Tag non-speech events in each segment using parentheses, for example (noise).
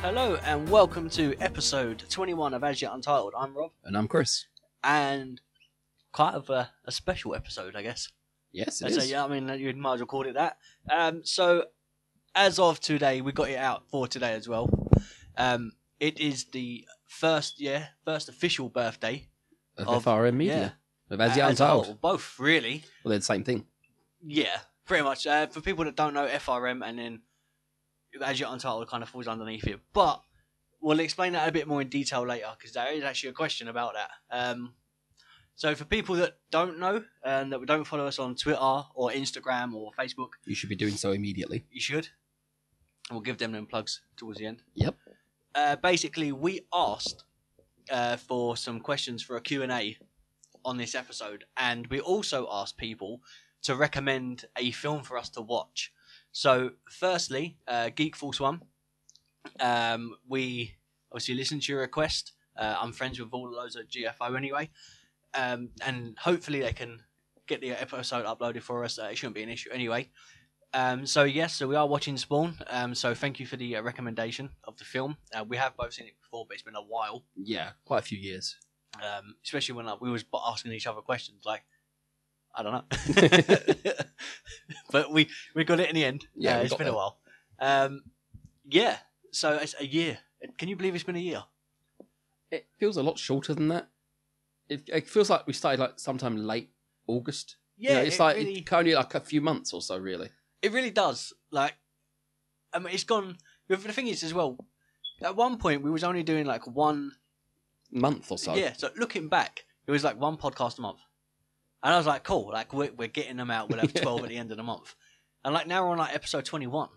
Hello and welcome to episode 21 of As Yet Untitled. I'm Rob, And I'm Chris. and kind of a, a special episode, I guess. Yes, it That's is. a- yeah, I mean, you might as well call it that. Um, so, as of today, we got it out for today as well. Um, it is the first, yeah, first official birthday Of, of- FRM Media. Of As Yet Untitled. well, both, really. Well, they're the same thing. Yeah, pretty much. Uh, for people that don't know FRM, and then as you're untitled, kind of falls underneath it. But we'll explain that a bit more in detail later because there is actually a question about that. Um, so for people that don't know and that don't follow us on Twitter or Instagram or Facebook, You should be doing so immediately. you should. We'll give them them plugs towards the end. Yep. Uh, basically, we asked uh, for some questions for a Q&A on this episode, and we also asked people to recommend a film for us to watch. So, firstly, uh, Geek Force One. Um, we obviously listened to your request. Uh, I'm friends with all of those at GFO anyway, um, and hopefully they can get the episode uploaded for us. Uh, it shouldn't be an issue anyway. Um, so yes, so we are watching Spawn. Um, so thank you for the uh, recommendation of the film. Uh, we have both seen it before, but it's been a while. Yeah, quite a few years. Um, especially when like, we was asking each other questions, like I don't know, (laughs) but we we got it in the end. Yeah, Uh, we it's got been a there. while. Um, yeah, so it's a year. Can you believe it's been a year? It feels a lot shorter than that. It, it feels like we started like sometime late August. You know, it's it like really, it's only like a few months or so, really. it really does. Like, I mean, it's gone. The thing is, as well, at one point we was only doing like one Month or so. Yeah, so looking back, it was like one podcast a month. And I was like, cool, like we're, we're getting them out. We'll have 12 at the end of the month. And like now we're on like episode 21.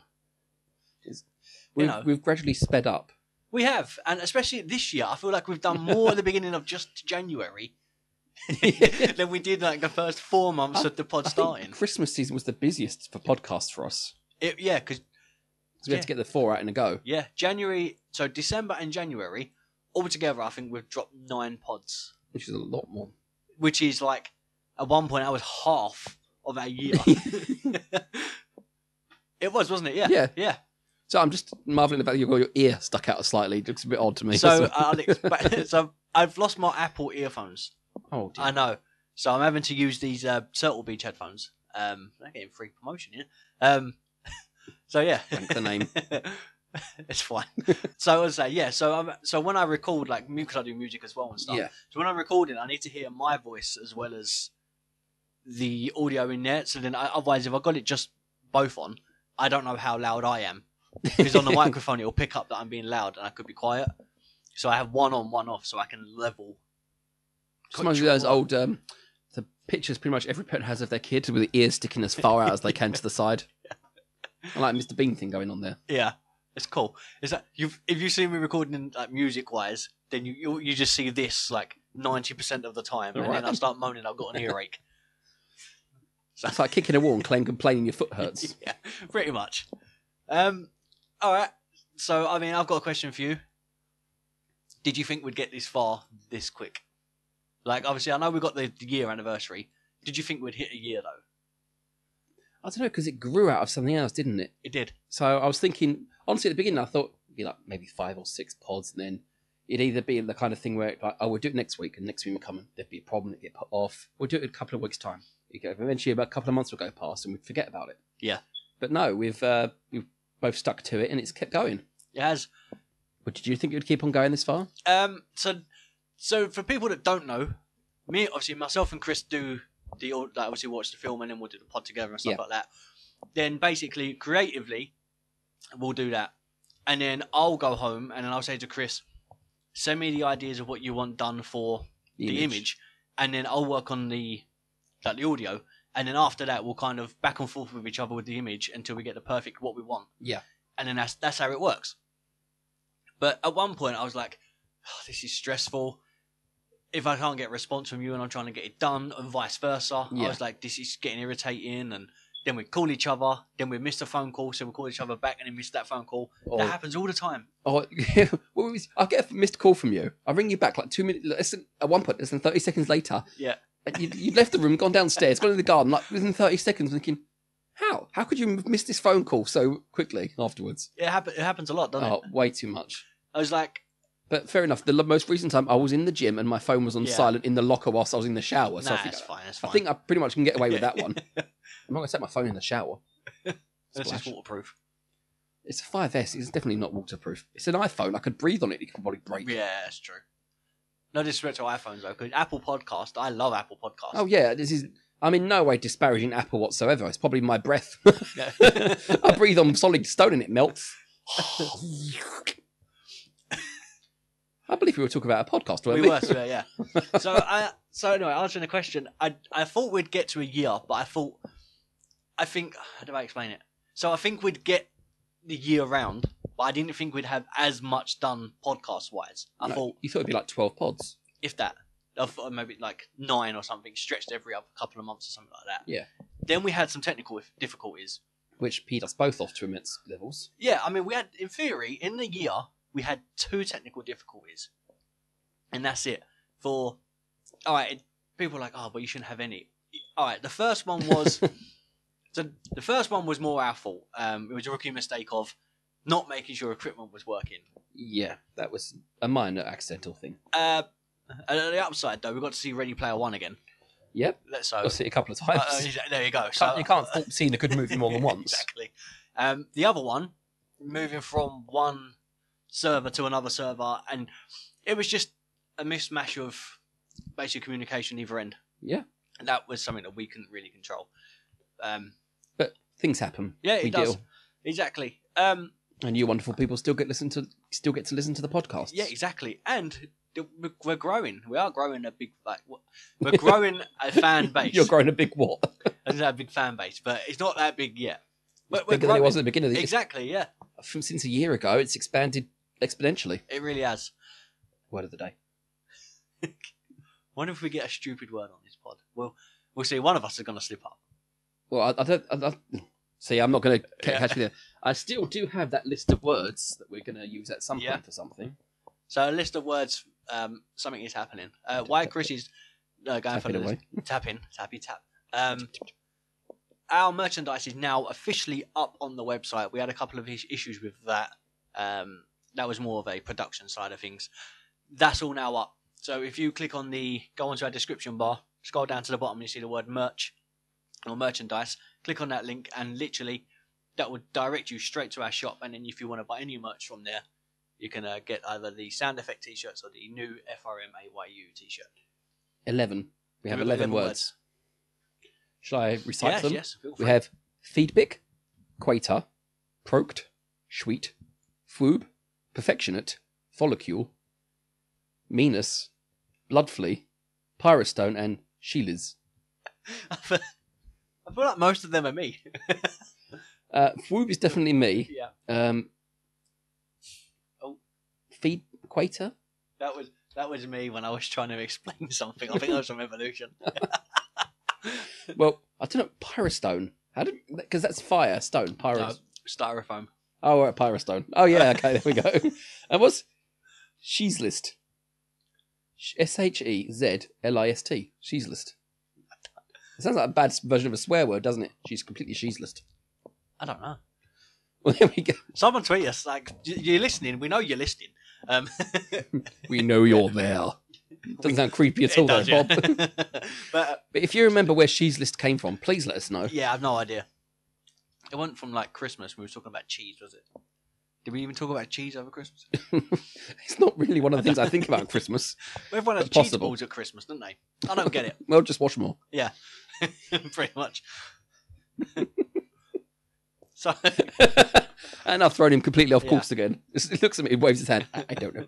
we've, know. we've gradually (laughs) sped up. We have, and especially this year, I feel like we've done more at the beginning of just January than we did like the first four months of the pod (laughs) I starting. think Christmas season was the busiest for podcasts for us. It, yeah, because, 'Cause we had to get the four out in a go. yeah, January, so December and January, altogether, I think we've dropped nine pods, Which is a lot more. which is like, at one point, I was half of our year. (laughs) it was, wasn't it? Yeah. Yeah. Yeah. So I'm just marvelling about you've got your ear stuck out slightly. It looks a bit odd to me. (laughs) So uh, Alex, but- (laughs) so I've lost my Apple earphones. oh dear. I know. So I'm having to use these uh, Turtle Beach headphones. Um, they're getting free promotion here. Um, (laughs) so yeah, Thank (laughs) the name. it's fine. (laughs) so I was say yeah. So I'm, so when I record like because I do music as well and stuff. Yeah. So when I'm recording, I need to hear my voice as well as the audio in there. So then, I, otherwise, if I got it just both on, I don't know how loud I am. Because (laughs) on the microphone, it'll pick up that I'm being loud, and I could be quiet. So I have one on, one off, so I can level. Just reminds me of those old um, the pictures pretty much every parent has of their kid with the ears sticking as far out as they can to the side. (laughs) I like Mr. Bean thing going on there. Yeah, it's cool. It's like you've if you see me recording like music wise, then you you, you just see this like ninety percent of the time, and Alright. then I start moaning. I've got an earache. (laughs) It's like kicking a wall and claim, complaining your foot hurts. yeah, pretty much. Um, all right. So I mean, I've got a question for you. Did you think we'd get this far this quick? Like, obviously, I know we got the the year anniversary. Did you think we'd hit a year though? I don't know because it grew out of something else, didn't it? It did. So I was thinking honestly at the beginning I thought it'd be like maybe five or six pods, and then it'd either be the kind of thing where like oh we'll do it next week, and next week we'll come and there'd be a problem, it'd get put off. We'll do it in a couple of weeks time. You go eventually about a couple of months will go past, and we'd forget about it. Yeah. But no, we've uh, we've both stuck to it, and it's kept going. It has. Well, did you think it would keep on going this far? Um, so, so for people that don't know, me obviously myself and Chris do the au- like obviously watch the film and then we'll do the pod together and stuff Yeah. like that. Then basically creatively, we'll do that, and then I'll go home and then I'll say to Chris, send me the ideas of what you want done for the, image. and then I'll work on the like the audio, and then after that we'll kind of back and forth with each other with the image until we get the perfect what we want. Yeah. and then that's that's how it works. But at one point I was like, "Oh, this is stressful. If I can't get a response from you and I'm trying to get it done, and vice versa, I Yeah. was like, this is getting irritating. And then we call each other, then we miss a phone call, so we call each other back and then miss that phone call. Or, That happens all the time. or Oh, (laughs) what was- I'll get a missed call from you. I'll ring you back like two minutes. Less than, at one point, less than 30 seconds later. Yeah. and You, you've left the room, gone downstairs, gone in the garden, like within 30 seconds, thinking, How? How could you m- miss this phone call so quickly afterwards? It, happen- it happens a lot, doesn't Oh, it? way too much. I was like, But fair enough. The l- most recent time I was in the gym and my phone was on Yeah. silent in the locker whilst I was in the shower. So nah, I, think that's fine, that's I fine. think I pretty much can get away with that (laughs) one. I'm not going to take my phone in the shower. Unless it's Splash. waterproof. It's a 5S. It's definitely not waterproof. It's an iPhone. I could breathe on it. It could probably break. Yeah, that's true. No disrespect to iPhones though, because Apple Podcast, I love Apple Podcast. Oh yeah, this is. I'm in no way disparaging Apple whatsoever. It's probably my breath. (laughs) Yeah. (laughs) I breathe on solid stone and it melts. I believe we were talking about a podcast. Weren't we we, (laughs) were, so, yeah. yeah. So I, so anyway, answering the question, I, I thought we'd get to a year, but I thought, I think, how do I explain it? So I think we'd get the year round, but I didn't think we'd have as much done podcast wise. I No, thought you thought it'd be like twelve pods. if that, I thought maybe like nine or something, stretched every other couple of months or something like that. Yeah. Then we had some technical if- difficulties. which peed us both off to immense levels. Yeah, I mean, we had, in theory, in the year, we had two technical difficulties. And that's it. For, all right, it- people are like, oh, but you shouldn't have any. All right, the first one (laughs) was, so the first one was more our fault. Um, it was a rookie mistake of not making sure equipment was working. Yeah, that was a minor accidental thing. Uh, and on the upside, though, we got to see Ready Player One again. Yep, That's so. I've seen it a couple of Uh, uh, times. you, there you go. So, (laughs) can't, you can't fault seeing a good movie (laughs) more than once. Exactly. Um, the other one, moving from one server to another server, and it was just a mismatch of basic communication either end. Yeah. And that was something that we couldn't really control. Um, But things happen. yeah, it we does. deal, Exactly. Um, and you wonderful people still get listen to still get to listen to the podcast. yeah, exactly. And th- we're growing. We are growing a big like w- we're growing (laughs) a fan base. you're growing a big what? It's not a big fan base, but it's not that big yet. But we're (laughs) Bigger than it growing. was at the beginning of the year. Exactly. Yeah, From since a year ago, it's expanded exponentially. it really has. Word of the day. Wonder if we get a stupid word on this pod. Well, we'll see. One of us is going to slip up. Well, I, I don't. I, I, see, I'm not going to Yeah. catch you there. I still do have that list of words that we're going to use at some Yeah. point for something. So a list of words. Um, something is happening. Uh, why Chris is uh, going Tap for it the away. tapping, tappy (laughs) tap. Um, our merchandise is now officially up on the website. We had a couple of is- issues with that. Um, that was more of a production side of things. That's all now up. So if you click on the go onto our description bar, scroll down to the bottom, and you see the word merch or merchandise. Click on that link, and literally that will direct you straight to our shop. And then if you want to buy any merch from there, you can uh, get either the sound effect t-shirts or the new FRMAYU t-shirt. Eleven. We have We've got 11 eleven words. Shall I recite yes, them? yes. Feel We free. have Feedbick, Quater, Proct, Sweet, Foob, Perfectionate, Follicule, Meanus, Bloodflea, Pyrostone, and Sheilas. I feel I feel like most of them are (laughs) me. (laughs) Uh, Foob is definitely me. yeah, Um, Oh. Feed Quater? that was that was me when I was trying to explain (laughs) something. I think that was from (laughs) evolution. Well, I don't know. Pyrostone. How did? Because that's fire, stone, pyro. No, styrofoam. Oh, all right, Pyrostone. Oh yeah, okay, there we (laughs) go. and what's she's list? S H E Z L I S T. She's list. It sounds like a bad version of a swear word, doesn't it? She's completely she's list. (laughs) I don't know. Well, there we go. Someone tweet us like "Y- you're listening. We know you're listening. Um, We know you're there. Doesn't sound creepy at all, it does, though, yeah. (laughs) Bob. (laughs) but uh, But if you remember where she's list came from, please let us know. (laughs) yeah, I've no idea. It wasn't from like Christmas. We were talking about cheese, was it? Did we even talk about cheese over (laughs) Christmas? It's not really one of the things I think about at Christmas. Everyone had It's cheese possible. balls at Christmas, didn't they? I don't get it. (laughs) Well, just watch more. (laughs) Pretty (laughs) much. so (laughs) and I've thrown him completely off Yeah. course again. (laughs) He looks at me, waves his hand. I I don't know.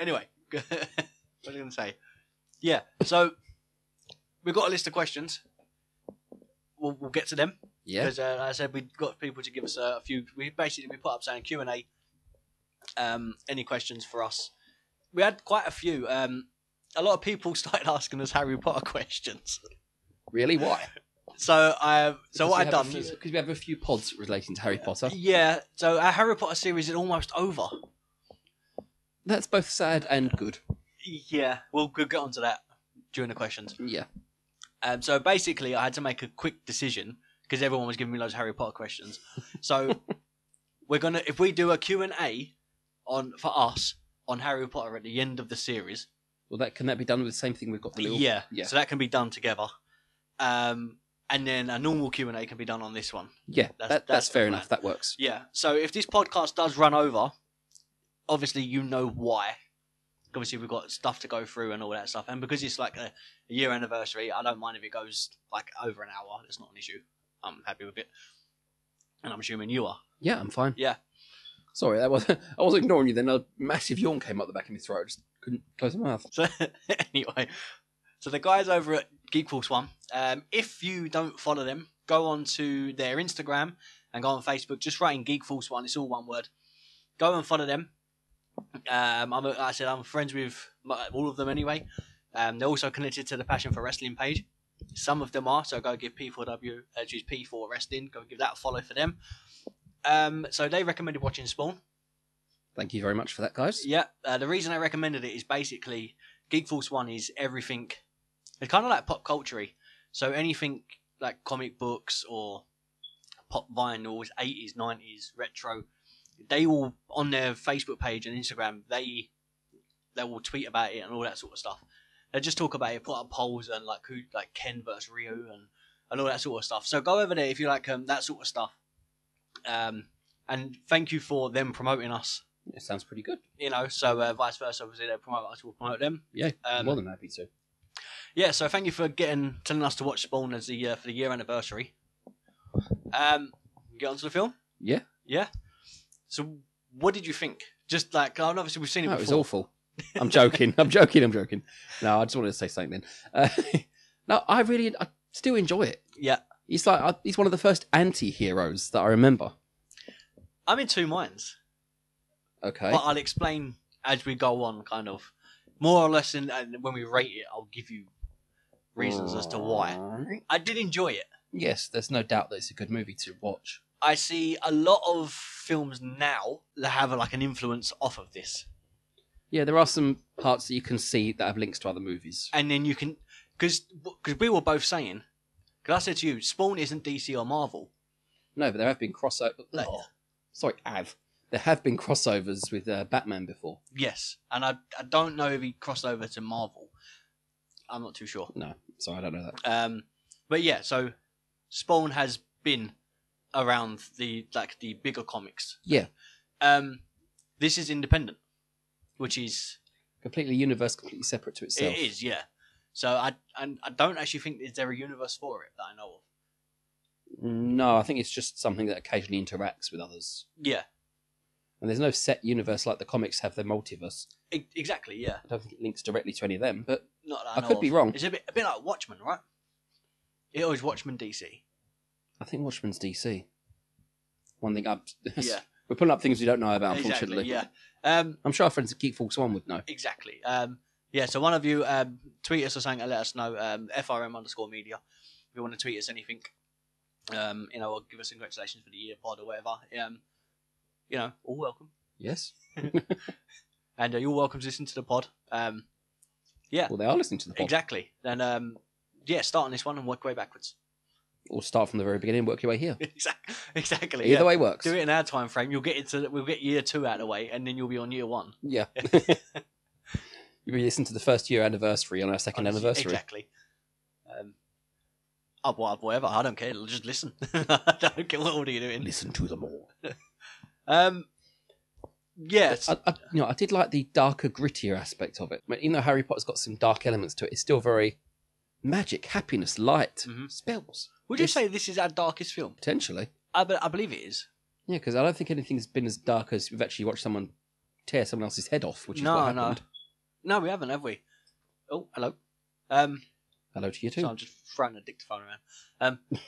Anyway, (laughs) what was I going to say? Yeah, so we've got a list of questions. We'll, we'll get to them Yeah. because, uh, like I said, we got people to give us a, a few. We basically we put up saying Q and A. Um, any questions for us? We had quite a few. Um, a lot of people (laughs) started asking us Harry Potter questions. Really? Why? So I, so what I've done is, because we have a few pods relating to Harry Potter. yeah. So our Harry Potter series is almost over. That's both sad and good. Yeah, we'll, we'll get onto that during the questions. Yeah. Um, so basically, I had to make a quick decision because everyone was giving me loads of Harry Potter questions. (laughs) So we're gonna if we do a Q and A on for us on Harry Potter at the end of the series. Well, that can that be done with the same thing we've got the little? Yeah. yeah. So that can be done together. Um, and then a normal Q and A can be done on this one. yeah. that's- that, that's, that's the fair plan. enough. That works. Yeah. So if this podcast does run over, obviously you know why. Obviously we've got stuff to go through and all that stuff, and because it's like a, a year anniversary, I don't mind if it goes like over an hour. It's not an issue. I'm happy with it, and I'm assuming you are. Yeah, I'm fine. Yeah. Sorry, that was (laughs) I was ignoring you. Then a massive yawn came up the back of my throat. I just couldn't close my mouth. (laughs) So anyway, so the guys over at Geek Force One, um, if you don't follow them, go on to their Instagram and go on Facebook. Just write in Geek Force One. It's all one word. Go and follow them. Um, I'm, like I said, I'm friends with m- all of them anyway. Um, they're also connected to the Passion for Wrestling page. Some of them are, so go give P4W, uh, choose P4 Wrestling. Go give that a follow for them. Um, so they recommended watching Spawn. Thank you very much for that, guys. Yeah, uh, the reason I recommended it is basically Geek Force One is everything. It's kind of like pop culture so anything like comic books or pop vinyls, eighties, nineties, retro, they will on their Facebook page and Instagram they they will tweet about it and all that sort of stuff. They just talk about it, put up polls and like who like Ken versus Ryu and and all that sort of stuff. So go over there if you like um, that sort of stuff. Um, and thank you for them promoting us It sounds pretty good. you know, so uh, vice versa, obviously they promote us, we'll promote them. Yeah, Um, more than happy to. Yeah, so thank you for getting telling us to watch Spawn as the uh, for the year anniversary. Um, get on to the film. Yeah. Yeah. So, what did you think? Just like, oh, and obviously we've seen it No, it was before. awful. I'm joking. I'm joking. I'm joking. No, I just wanted to say something. Then, uh, (laughs) no, I really, I still enjoy it. Yeah, He's like, I, he's one of the first anti-heroes that I remember. I'm in two minds, Okay. but I'll explain as we go on, kind of more or less. In, and when we rate it, I'll give you reasons as to why. Alright. I did enjoy it. Yes, there's no doubt that it's a good movie to watch. I see a lot of films now that have like an influence off of this. Yeah, there are some parts that you can see that have links to other movies. and then you can because because we were both saying because I said to you, Spawn isn't DC or Marvel. Oh. No, but there have been crossover. Like- sorry, have there have been crossovers with uh, Batman before? Yes, and I I don't know if he crossed over to Marvel. I'm not too sure. No, sorry, I don't know that. Um, but yeah, so Spawn has been around the like the bigger comics. Yeah, Um, this is independent, which is completely universe, completely separate to itself. it is yeah. So I and I don't actually think is there a universe for it that I know of. No, I think it's just something that occasionally interacts with others. Yeah, And there's no set universe like the comics have their multiverse. e- exactly. Yeah, I don't think it links directly to any of them, but Not that I, I know could of. be wrong. It's a bit, a bit like Watchmen, right? It always Watchmen DC. I think Watchmen's DC. One thing I'm. (laughs) Yeah. We're pulling up things we don't know about, unfortunately. Exactly. Yeah. Um. I'm sure our friends at Geek Force One would know. Exactly. Um. Yeah. So one of you um, tweet us or something and let us know. Um. FRM underscore media. If you want to tweet us anything, um. You know, or give us congratulations for the year pod or whatever. Um. You know, all welcome, Yes. and uh, you're welcome to listen to the pod. Um. Yeah. Well, they are listening to the podcast. Exactly. Then um. Yeah. Start on this one and work your way backwards. (laughs) Or start from the very beginning and work your way here. exactly. Exactly. Either yeah. way works. Do it in our time frame. You'll get into we'll get year two out of the way, and then you'll be on year one. (laughs) Yeah. (laughs) you listen to the first year anniversary on our second anniversary. Exactly. Um, up, up, whatever. I don't care. Just listen. (laughs) I don't care what order you're doing. Listen to them all. Um, yes. I, I, you know, I did like the darker, grittier aspect of it. I mean, even though Harry Potter's got some dark elements to it, it's still very magic, happiness, light, Mhm. spells, Would you it's- say this is our darkest film? potentially. I, be- I believe it is. Yeah, because I don't think anything's been as dark as we've actually watched someone tear someone else's head off, which is no, what no, happened. no. We haven't, have we? Oh, hello. Um, Hello to you too. so I'm just throwing a dictaphone around. Um,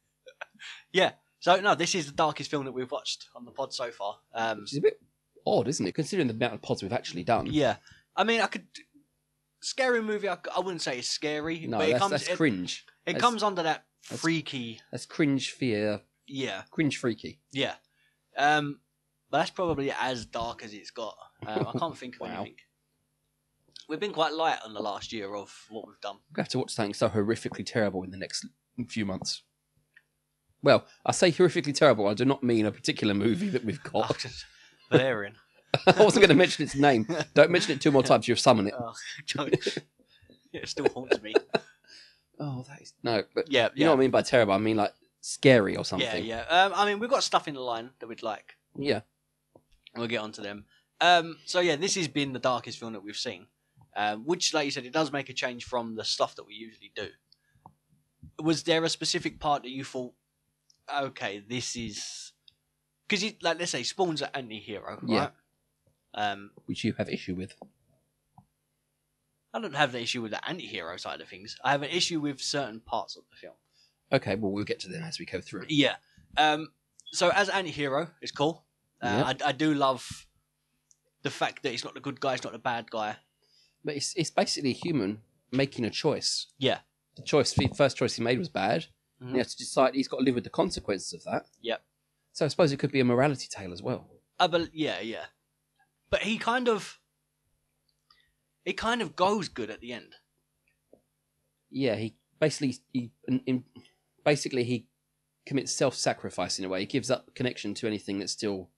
(laughs) yeah. So no, this is the darkest film that we've watched on the pod so far. Um, Which is a bit odd, isn't it? Considering the amount of pods we've actually done. yeah. I mean, I could. Scary movie. I, c- I wouldn't say it's scary, No, but it that's, comes. that's it- cringe. It That's- comes under that that's- freaky, That's cringe fear, yeah, cringe freaky. yeah. Um, but that's probably as dark as it's got. Um, I can't think of (laughs) Wow. anything. We've been quite light on the last year of what we've done. We have to watch something so horrifically terrible in the next few months. Well, I say horrifically terrible. I do not mean a particular movie that (laughs) we've got. (laughs) Valerian. I wasn't going to mention its name. Don't mention it two more times. You'll summon it. Oh, (laughs) it still haunts (laughs) me. Oh, that is no. But Yeah, you know what I mean by terrible? I mean like scary or something. yeah, yeah. Um, I mean, we've got stuff in the line that we'd like. Yeah. and We'll get onto them. Um, so yeah, this has been the darkest film that we've seen, um, which, like you said, it does make a change from the stuff that we usually do. Was there a specific part that you thought, okay, this is because like let's say Spawn's an anti-hero, Yeah. right? Um, Which you have issue with. I don't have the issue with the anti-hero side of things. I have an issue with certain parts of the film. Okay. Well, we'll get to them as we go through. Yeah. Um, so as anti-hero, it's cool. Uh, I, I do love the fact that he's not the good guy, he's not the bad guy. But it's it's basically a human making a choice. Yeah. The choice, the first choice he made was bad. Mhm. He has to decide. He's got to live with the consequences of that. Yep. So I suppose it could be a morality tale as well. I bel yeah, yeah. But he kind of, it kind of goes good at the end. Yeah. He basically he in, in, basically he commits self-sacrifice in a way. He gives up connection to anything that still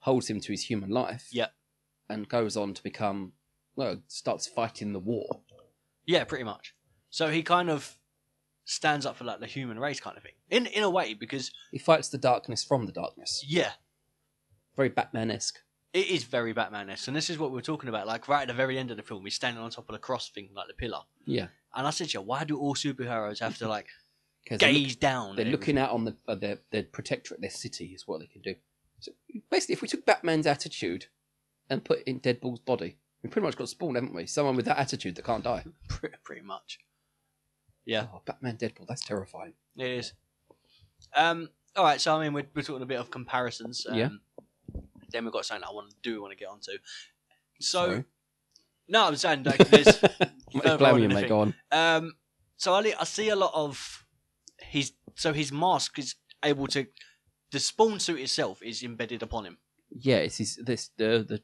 holds him to his human life. Yep. And goes on to become well starts fighting the war. Yeah, pretty much. So he kind of stands up for like the human race kind of thing in in a way because He fights the darkness from the darkness. yeah, Very Batman esque. it is very Batman-esque, and this is what we were talking about. Like right at the very end of the film, he's standing on top of the cross thing, like the pillar. Yeah. And I said, to you, why do all superheroes have to like Because gaze down? they're at looking out on the uh, their, their protectorate, their city is what they can do. So basically, if we took Batman's attitude and put it in Deadpool's body, we pretty much got Spawn, haven't we? Someone with that attitude that can't die. Pretty, pretty much. Yeah, Oh, Batman, Deadpool, that's terrifying. it is. Um, all right, so I mean, we're, we're talking a bit of comparisons. Um, Yeah. Then we've got something I want to do want to get onto. So Sorry. no, I'm saying (laughs) like, there's Mate, further blam on you, in the mate, thing. go on. um, so I, li- I see a lot of his. So his mask is able to. The spawn suit itself is embedded upon him. Yeah, it's his, this the the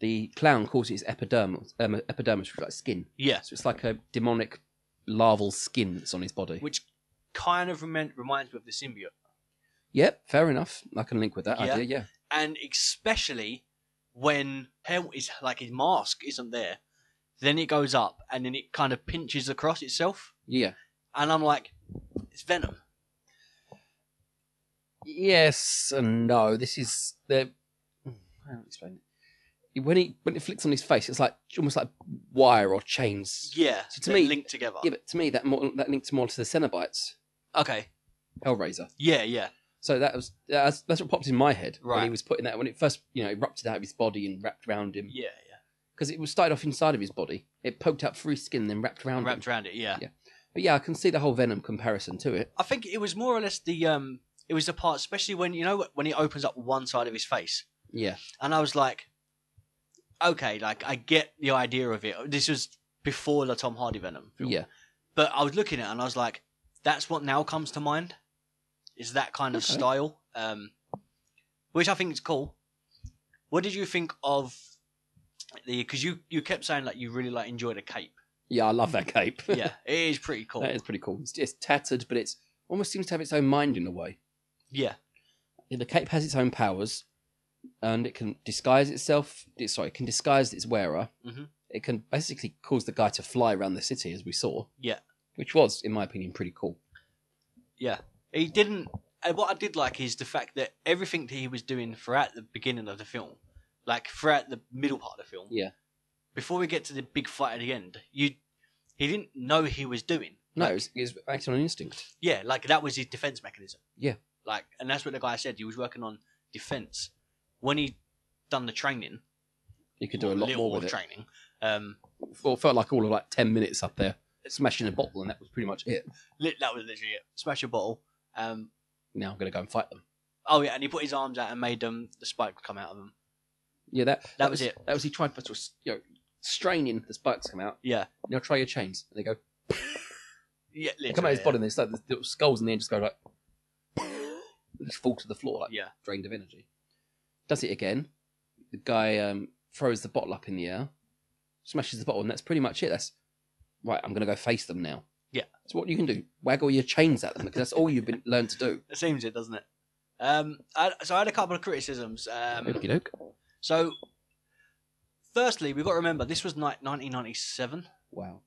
the clown calls it his epidermis, um, epidermis, which is like skin. Yeah, So it's like a demonic larval skin that's on his body. which kind of remind, reminds me of the symbiote. Yep, fair enough. I can link with that Yeah. idea. Yeah, and especially when Hel is like his mask isn't there, then it goes up and then it kind of pinches across itself, yeah. and I'm like, it's Venom. Yes and no. This is the. How do I explain it? When he when it flicks on his face, it's like almost like wire or chains. Yeah, So to they're me- linked together. Yeah, but to me that more that links more to the Cenobites, Okay, Hellraiser. yeah, yeah, So that was that's, that's what popped in my head when he Right. was putting that when it first you know erupted out of his body and wrapped around him yeah, because it was started off inside of his body. It poked out through his skin and then wrapped yeah. around him. Wrapped around it. Yeah. Yeah. But yeah, I can see the whole Venom comparison to it. I think it was more or less the um, it was the part, especially when you know when he opens up one side of his face, Yeah, and I was like, okay, like I get the idea of it. This was before the Tom Hardy Venom film. yeah. but I was looking at it and I was like, that's what now comes to mind. Is that kind of Okay. style, um, which I think is cool. What did you think of the? Because you you kept saying like you really like enjoy the (laughs) cape. Yeah, I love that (laughs) cape. Yeah, it is pretty cool. that is pretty cool. It's, it's tattered, but it's almost seems to have its own mind in a way. Yeah, Yeah, the cape has its own powers, and it can disguise itself. it- Sorry, it can disguise its wearer. Mhm. It can basically cause the guy to fly around the city, as we saw. Yeah. which was, in my opinion, pretty cool. he didn't. And what I did like is the fact that everything that he was doing throughout the beginning of the film, like throughout the middle part of the film, Yeah. Before we get to the big fight at the end, you he didn't know he was doing. No, Like, it's, it's acting on instinct. Yeah, like that was his defense mechanism. Yeah. Like, and that's what the guy said. He was working on defense when he done the training. You could do a or lot little more with it. training. Um, Well, it felt like all of like ten minutes up there, smashing a bottle, and that was pretty much it. lit, that was literally it. Smash a bottle. Um, Now I'm gonna go and fight them. oh yeah, and he put his arms out and made them the spike come out of them. Yeah, that that, was it. That was he tried to you know, straining the spikes come out. Yeah, Now try your chains, and they go yeah, literally. They come out of his yeah. body and there's like the little skulls in the end just go like (laughs) just fall to the floor like Yeah. drained of energy. Does it again. The guy um, throws the bottle up in the air smashes the bottle, and that's pretty much it. That's right. I'm going to go face them now. Yeah. So what you can do? Waggle your chains at them because that's all you've been (laughs) learned to do. It seems it, doesn't it? Um, I, so I had a couple of criticisms. Um, Okey doke. so, firstly, we've got to remember this was ni- 1997, Wow.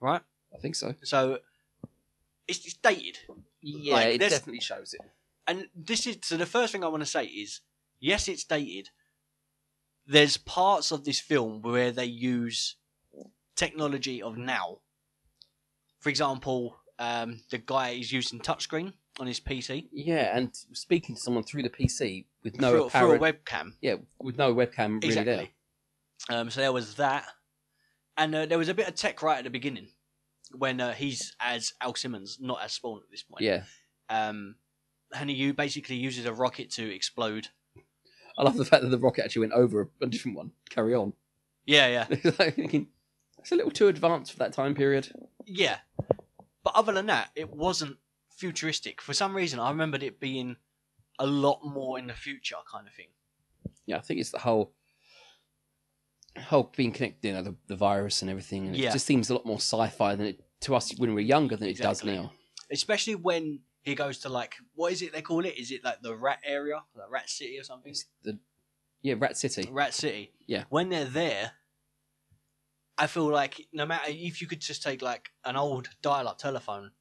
right? I think so. So it's, it's dated. Yeah, Like, it there's- definitely shows it. and this is so the first thing I want to say is yes, it's dated. There's parts of this film where they use technology of now. For example, um, the guy is using touchscreen on his PC Yeah, and speaking to someone through the PC with no through, through apparent, a webcam. yeah, with no webcam really there. Exactly. Um, so there was that, and uh, there was a bit of tech right at the beginning when uh, he's as Al Simmons, not as Spawn at this point. Yeah, Um, and you basically uses a rocket to explode. I love the fact that the rocket actually went over a different one. Carry on. (laughs) Yeah, yeah. Like, thinking, That's a little too advanced for that time period. Yeah. But other than that, it wasn't futuristic. For some reason, I remembered it being a lot more in the future kind of thing. Yeah, I think it's the whole whole being connected, you know, the, the virus and everything. And Yeah. It just seems a lot more sci-fi than it to us when we were younger than it Exactly. does now. Especially when he goes to, like, what is it they call it? Is it like the rat area? Like rat city or something? It's the yeah, Rat City. Rat city. Yeah. When they're there, I feel like no matter if you could just take, like, an old dial up telephone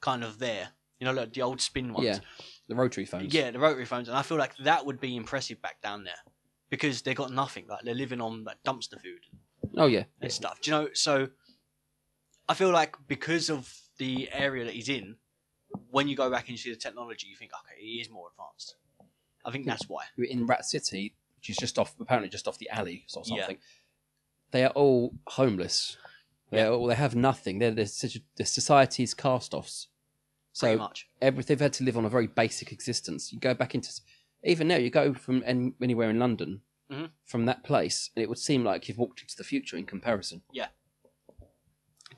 kind of there, you know, like the old spin ones. Yeah, the rotary phones. Yeah, the rotary phones, and I feel like that would be impressive back down there because they got nothing. Like they're living on like dumpster food Oh yeah. and stuff. Do you know? So I feel like because of the area that he's in, when you go back and you see the technology, you think, okay, he is more advanced. I think that's why. who are in Rat City, which is just off apparently just off the alley or something. Yeah. They are all homeless. They Yeah. are all, they have nothing. They're, they're such a, the society's cast-offs. pretty So much. every, they've had to live on a very basic existence. You go back into s- even now, you go from an, anywhere in London Mhm. from that place, and it would seem like you've walked into the future in comparison.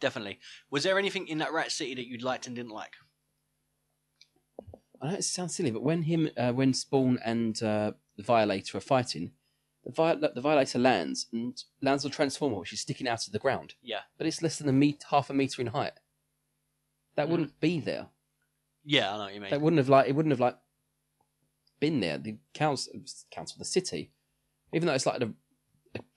Definitely. Was there anything in that rat city that you liked and didn't like? I know it sounds silly, but when him, uh, when Spawn and uh, the Violator are fighting, the, viol- the Violator lands and lands on a transformer, which is sticking out of the ground. Yeah. but it's less than a meet, half a meter in height. That wouldn't be there. Yeah, I know what you mean. That wouldn't have like it wouldn't have like been there. The council, council, the city, even though it's like an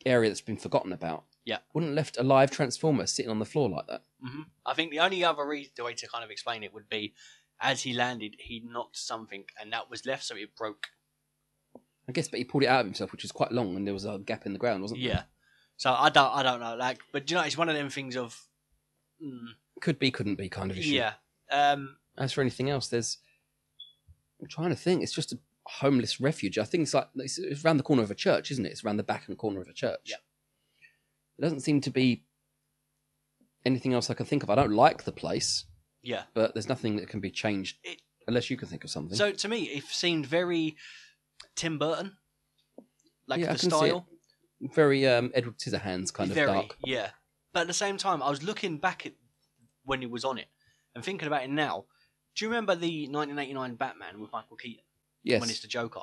area that's been forgotten about. Yeah. wouldn't have left a live transformer sitting on the floor like that. hmm I think the only other re- the way to kind of explain it would be as he landed, he knocked something and that was left, so it broke. I guess, but he pulled it out of himself, which was quite long, and there was a gap in the ground, wasn't there? Yeah. So I don't, I don't know. Like, but you know, it's one of them things of, mm, Could be, couldn't be, kind of issue. yeah. Um, As for anything else, there's. I'm trying to think. It's just a homeless refuge. I think it's like it's, it's around the corner of a church, isn't it? It's around the back and corner of a church. Yeah. It doesn't seem to be anything else I can think of. I don't like the place, yeah. but there's nothing that can be changed It- unless you can think of something. So to me, it seemed very Tim Burton, like Yeah, I the can see it. style. Very um, Edward Scissorhands kind of very, dark. yeah. But at the same time, I was looking back at when he was on it and thinking about it now. Do you remember the 1989 Batman with Michael Keaton? when it's Yes. the Joker.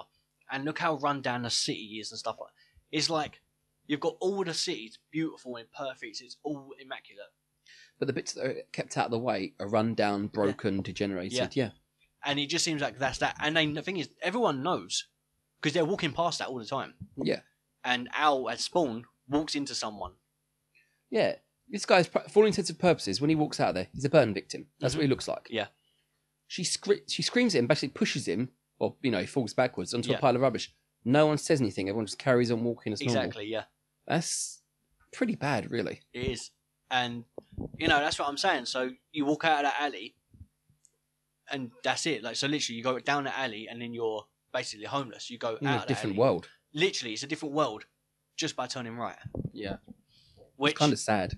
And look how run down the city is and stuff like It's like you've got all the cities beautiful and perfect, it's all immaculate. But the bits that are kept out of the way are run down, broken, degenerated. Yeah. And it just seems like that's that. And then the thing is, everyone knows because they're walking past that all the time. Yeah. And Al at Spawn walks into someone. Yeah. This guy's, pr- for all intents and purposes, when he walks out of there, he's a burn victim. That's what he looks like. Mm-hmm. Yeah. She scre- she screams at him, basically pushes him, or you know, he falls backwards onto Yeah. a pile of rubbish. No one says anything. Everyone just carries on walking as normal. exactly, yeah. That's pretty bad, really. It is. And, you know, that's what I'm saying. So you walk out of that alley and that's it. Like, so literally you go down the alley and then you're basically homeless. You go In out a of that different alley. world. literally it's a different world just by turning right Yeah. which It's kind of sad.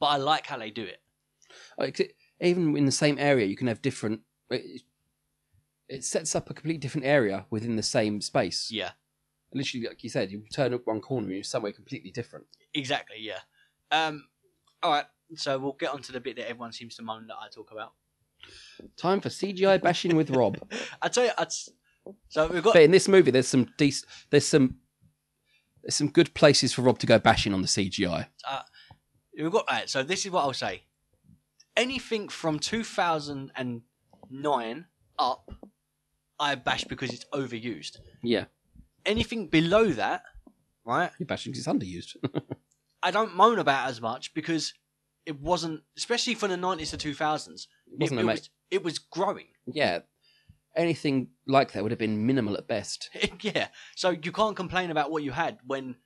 but i like how they do it Like, it- Oh, even in the same area, you can have different. It, it sets up a completely different area within the same space. yeah Literally, like you said, you turn up one corner and you're somewhere completely different. exactly yeah um all right so we'll get on to the bit that everyone seems to moan that i talk about Time for CGI bashing with (laughs) Rob. i tell you I'd, s- so we've got But in this movie, there's some decent. There's some There's some good places for Rob to go bashing on the CGI. We've got right, so this is what I'll say. Anything from 2009 up, I bash because it's overused. Yeah, Anything below that, right, you're bashing 'cause it's underused. (laughs) I don't moan about as much because it wasn't, especially from the 90s to 2000s, Wasn't it, it, it, mate? was, it was growing. (laughs) yeah, anything like that would have been minimal at best. yeah, so you can't complain about what you had when.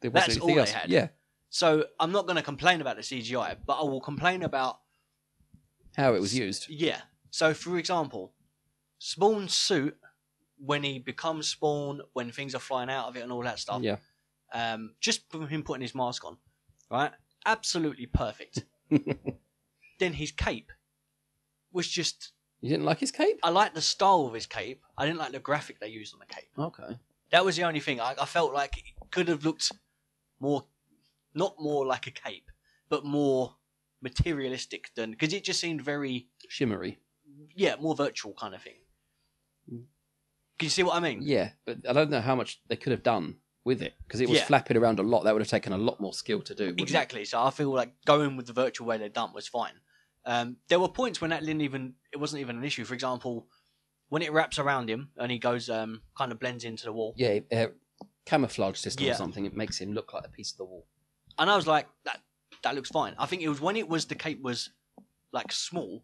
There wasn't That's anything all else. they had. Yeah, So I'm not going to complain about the CGI, but I will complain about how it was used. Yeah. So, for example, Spawn's suit, when he becomes Spawn, when things are flying out of it and all that stuff, Yeah, um, just from him putting his mask on, right? Absolutely perfect. then his cape was just. you didn't like his cape? I liked the style of his cape. I didn't like the graphic they used on the cape. Okay. That was the only thing. I, I felt like it could have looked more. Not more like a cape, but more materialistic than. Because it just seemed very. Shimmery. yeah, more virtual kind of thing. Mm. Can you see what I mean? Yeah, but I don't know how much they could have done with it because it was Yeah. flapping around a lot. That would have taken a lot more skill to do. wouldn't it? exactly. So I feel like going with the virtual way they done was fine. Um, there were points when that didn't even it wasn't even an issue. For example, when it wraps around him and he goes um, kind of blends into the wall, Yeah, uh, camouflage system Yeah. or something. It makes him look like a piece of the wall. and I was like, that that looks fine. I think it was when it was the cape was like small,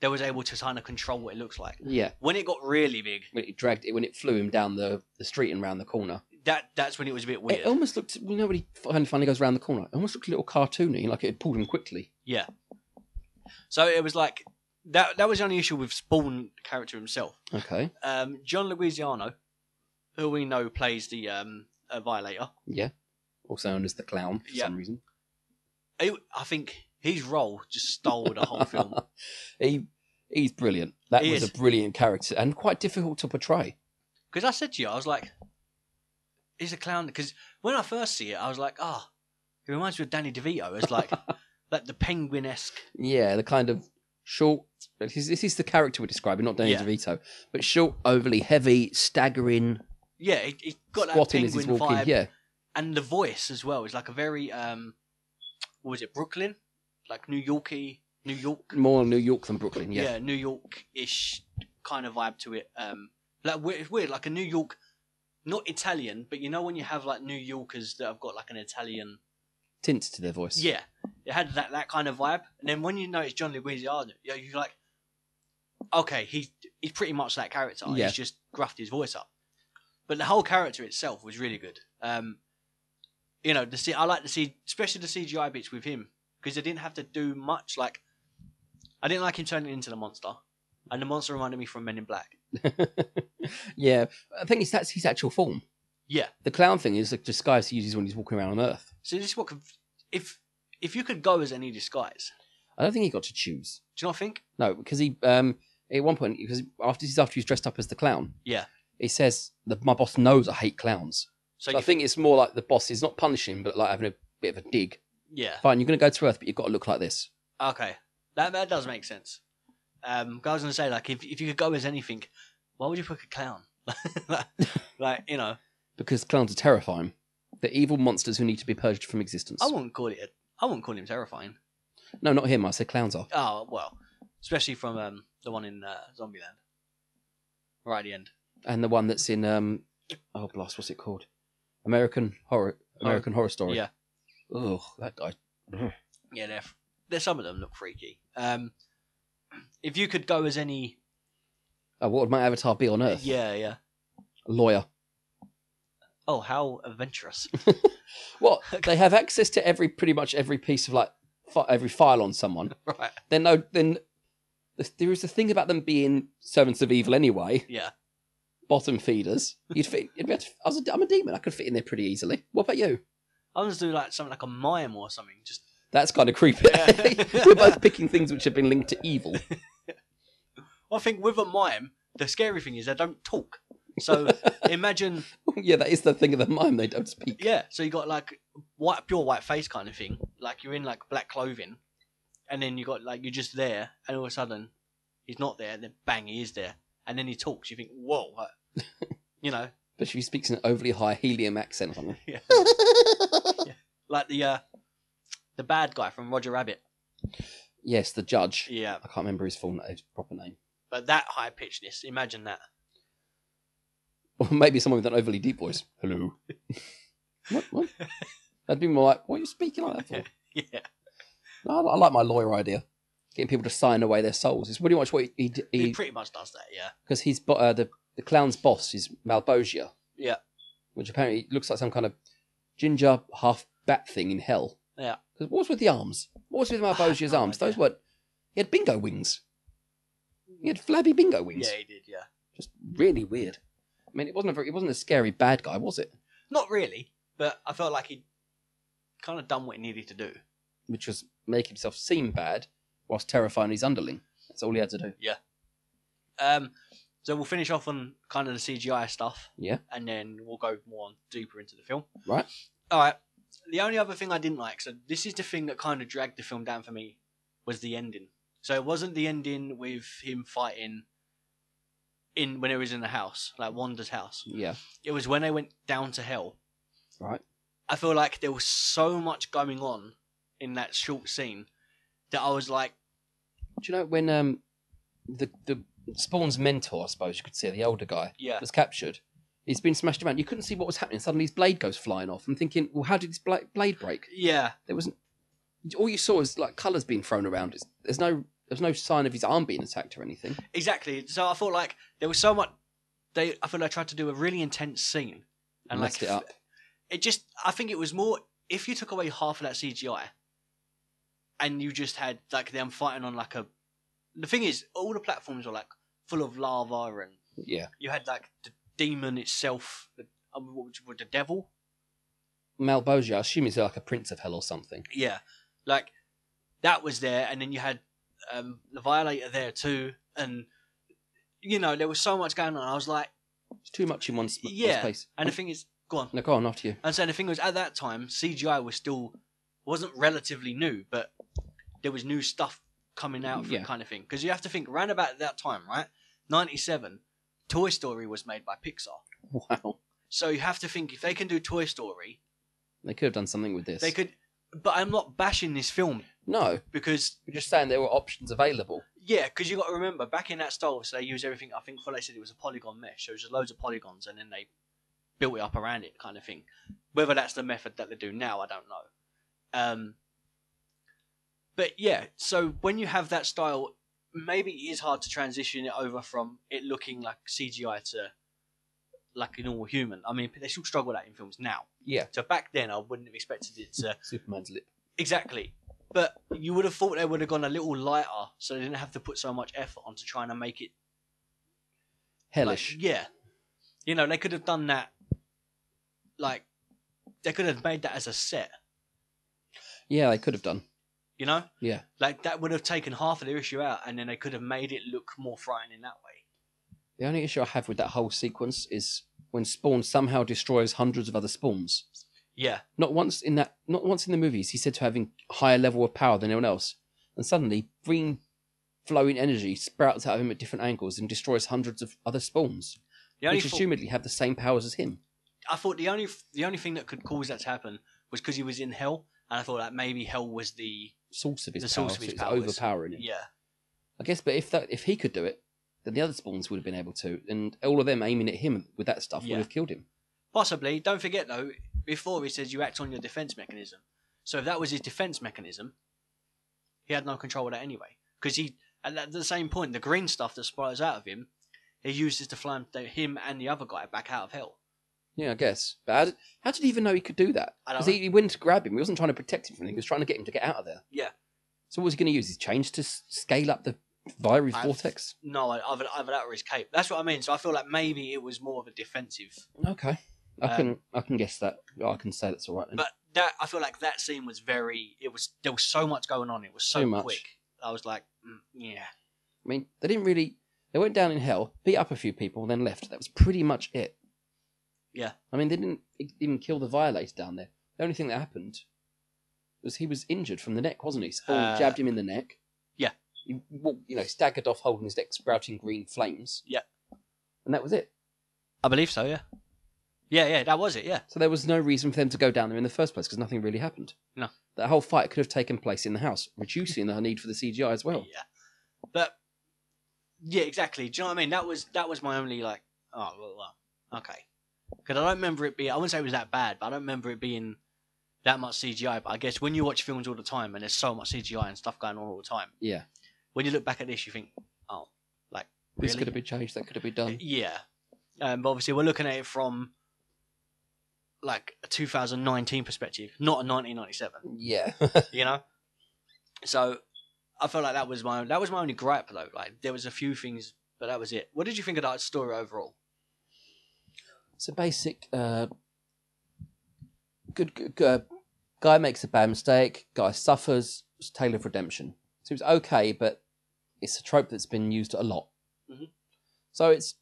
they was able to kind of control what it looks like. Yeah, When it got really big, when it dragged it when it flew him down the, the street and round the corner. that that's when it was a bit weird. It almost looked. You know when he fin- finally goes round the corner, it almost looked a little cartoony, like it had pulled him quickly. Yeah. So it was like that. That was the only issue with Spawn character himself. Okay. Um, John Luisiano, who we know plays the um, uh, Violator. Yeah. Also known as the clown for Yeah. some reason. He- I think his role just stole the (laughs) whole film. He he's brilliant. That He was is. a brilliant character and quite difficult to portray. Because I said to you, I was like, "He's a clown." Because when I first see it, I was like, "Ah, oh, he reminds me of Danny DeVito." It's (laughs) like like the penguin esque. Yeah, the kind of short. This is, this is the character we're describing, not Danny Yeah. DeVito, but short, overly heavy, staggering, Yeah, he, he's got that squatting as he's penguin walking. vibe, Yeah, and the voice as well. It's like a very um, what was it Brooklyn, like New Yorky, New York. more New York than Brooklyn. yeah, Yeah, New York ish kind of vibe to it. Um, like we- it's weird, like a New York, not Italian, but you know when you have like New Yorkers that have got like an Italian. tints to their voice. Yeah, it had that that kind of vibe, and then when you know it's John Leguizamo, you know, you're like, okay, he's he's pretty much that character. Yeah. He's just gruffed his voice up, but the whole character itself was really good. Um, you know, the C- I like to see, especially the CGI bits with him because they didn't have to do much. Like, I didn't like him turning into the monster, and the monster reminded me from Men in Black. (laughs) yeah. I think it's that's his actual form. Yeah. The clown thing is a disguise he uses when he's walking around on Earth. So this is what conf- if if you could go as any disguise, I don't think he got to choose. do you not think? No, because he um at one point because after this is after he's dressed up as the clown. Yeah. He says that my boss knows I hate clowns. So So you I think it's more like the boss is not punishing, but like having a bit of a dig. yeah. Fine, you're going to go to Earth, but you've got to look like this. Okay, that that does make sense. Um, 'cause I was gonna say like if if you could go as anything, why would you pick a clown? (laughs) like you know, because clowns are terrifying. They're evil monsters who need to be purged from existence. I wouldn't call it. A, I wouldn't call him terrifying. No, not him. I said clowns are. Oh well, especially from um the one in uh, Zombieland, right at the end. And the one that's in um, oh blast, what's it called? American horror, American Horror Story. Yeah. Oh, that guy. Yeah, they're, f- they're some of them look freaky. Um, if you could go as any, Oh, what would my avatar be on Earth? yeah, yeah. A lawyer. Oh, how adventurous! (laughs) What? they have access to every pretty much every piece of like fi- every file on someone. right? Then no, then the- there is a thing about them being servants of evil anyway, Yeah. bottom feeders. You'd fit. You'd be able to, I was a, I'm a demon. I could fit in there pretty easily. What about you? I was do like something like a mime or something. Just That's kind of creepy. Yeah. (laughs) We're both picking things which have been linked to evil. (laughs) I think with a mime, the scary thing is they don't talk. So imagine, yeah, that is the thing of the mime. They don't speak. yeah. So you got like white, pure white face kind of thing. Like you're in like black clothing, and then you got like you're just there, and all of a sudden he's not there, and then bang, he is there, and then he talks. You think, whoa, like, you know, But she speaks in an overly high helium accent or something. Yeah. like the uh, the bad guy from Roger Rabbit. (laughs) yes, the judge. Yeah, I can't remember his full name, his proper name. but that high pitchedness. Imagine that. (laughs) Or maybe someone with an overly deep voice. Hello. (laughs) what, what? That'd be more like, what are you speaking like that for? Yeah, No, I, I like my lawyer idea. Getting people to sign away their souls. It's pretty much what he, he, d- he he pretty much does that. Yeah, because he's bo- uh, the the clown's boss is Malbogia. Yeah. Which apparently looks like some kind of ginger half bat thing in hell. Yeah. 'Cause what was with the arms? What was with Malbogia's no arms? Those idea. were he had bingo wings. He had flabby bingo wings. yeah, he did. Yeah, Just really weird. I mean, it wasn't a very, it wasn't a scary bad guy, was it? not really, but I felt like he kind of done what he needed to do. Which was make himself seem bad whilst terrifying his underling. That's all he had to do. Um, so we'll finish off on kind of the CGI stuff. Yeah. And then we'll go more on deeper into the film. Right. All right. The only other thing I didn't like, so this is the thing that kind of dragged the film down for me, was the ending. So it wasn't the ending with him fighting in when he was in the house, like Wanda's house. Yeah. It was when they went down to hell. Right. I feel like there was so much going on in that short scene that I was like, Do you know when um the the Spawn's mentor, I suppose you could say, the older guy, yeah, that's captured. He's been smashed around. You couldn't see what was happening. Suddenly, his blade goes flying off. I'm thinking, well, how did his bla- blade break? yeah, There wasn't. All you saw is like colours being thrown around. It's, there's no. There's no sign of his arm being attacked or anything. exactly. So I thought like there was so much. They, I feel they tried to do a really intense scene, and Messed like it up. it just I think it was more if you took away half of that CGI and you just had like them fighting on like a the thing is all the platforms were like full of lava and Yeah. you had like the demon itself the, um, what would you- the devil Malbogia, I assume he's like a prince of hell or something. yeah like that was there and then you had um, the violator there too and you know there was so much going on I was like It's too much in one, sp- one Yeah, space. and the thing is go on No, go on, after you. And so the thing was, at that time, CGI was still wasn't relatively new, but there was new stuff coming out for Yeah. kind of thing. Because you have to think, round about that time, right? Ninety-seven, Toy Story was made by Pixar. Wow. So you have to think if they can do Toy Story, They could have done something with this. they could. But I'm not bashing this film No, because we're just saying there were options available. yeah, because you got to remember back in that Star Wars, they used everything. I think what they said it was a polygon mesh. So it was just loads of polygons, and then they built it up around it, kind of thing. Whether that's the method that they do now, I don't know. Um, but yeah, so when you have that style, maybe it is hard to transition it over from it looking like CGI to like a normal human. I mean, they still struggle with that in films now. Yeah. So back then, I wouldn't have expected it to Superman's lip. Exactly. But you would have thought they would have gone a little lighter, so they didn't have to put so much effort onto trying to make it like, Hellish. yeah, you know, they could have done that. Like, they could have made that as a set. yeah, they could have done. You know, Yeah. like that would have taken half of the issue out, and then they could have made it look more frightening that way. The only issue I have with that whole sequence is when Spawn somehow destroys hundreds of other spawns. Yeah, Not once in that, not once in the movies, he's said to having higher level of power than anyone else, and suddenly green, flowing energy sprouts out of him at different angles and destroys hundreds of other spawns, the only which thought- assumedly have the same powers as him. I thought the only the only thing that could cause that to happen was because he was in hell, and I thought that maybe hell was the Source of his The power, source of so his it's powers. overpowering him. yeah I guess, but if that, if he could do it, then the other spawns would have been able to, and all of them aiming at him with that stuff Yeah. would have killed him. Possibly. Don't forget though, before he says you act on your defense mechanism. So if that was his defense mechanism, he had no control of that anyway. Because he, and at the same point, the green stuff that sprouts out of him, he uses to fly him- him and the other guy back out of hell. Yeah, I guess. But how did, how did he even know he could do that? I don't Because he, he went to grab him. He wasn't trying to protect him from anything. He was trying to get him to get out of there. Yeah. So what was he going to use? His chains to s- scale up the virus I- vortex? No, either, either that or his cape. That's what I mean. So I feel like maybe it was more of a defensive. Okay. I Um, can I can guess that. I can say that's all right. Then. But that I feel like that scene was very. It was there was so much going on. It was so Too much. quick. I was like, mm, yeah, I mean, they didn't really. They went down in hell, beat up a few people, and then left. That was pretty much it. Yeah. I mean, they didn't e- even kill the violator down there. The only thing that happened was he was injured from the neck, wasn't he? Spawn Uh, jabbed him in the neck. yeah. He, wa- you know, staggered off, holding his neck, sprouting green flames. Yeah. And that was it. I believe so. Yeah. Yeah, yeah, that was it. Yeah, So there was no reason for them to go down there in the first place because nothing really happened. No. That whole fight could have taken place in the house, reducing the need for the CGI (laughs) as well. yeah. But yeah, exactly. Do you know what I mean? That was that was my only like. Oh well, well okay. Because I don't remember it being. I wouldn't say it was that bad, but I don't remember it being that much CGI. But I guess when you watch films all the time and there's so much CGI and stuff going on all the time, Yeah. when you look back at this, you think, oh, like really? This could have been changed, that could have (laughs) been done. Yeah. Um, but obviously, we're looking at it from like a 2019 perspective, not a 1997. Yeah. You know. So, I felt like that was my that was my only gripe though. Like there was a few things, but that was it. What did you think of that story overall? it's a basic uh, good, good, good- guy makes a bad mistake guy suffers it's a tale of redemption seems okay but it's a trope that's been used a lot Mhm. so it's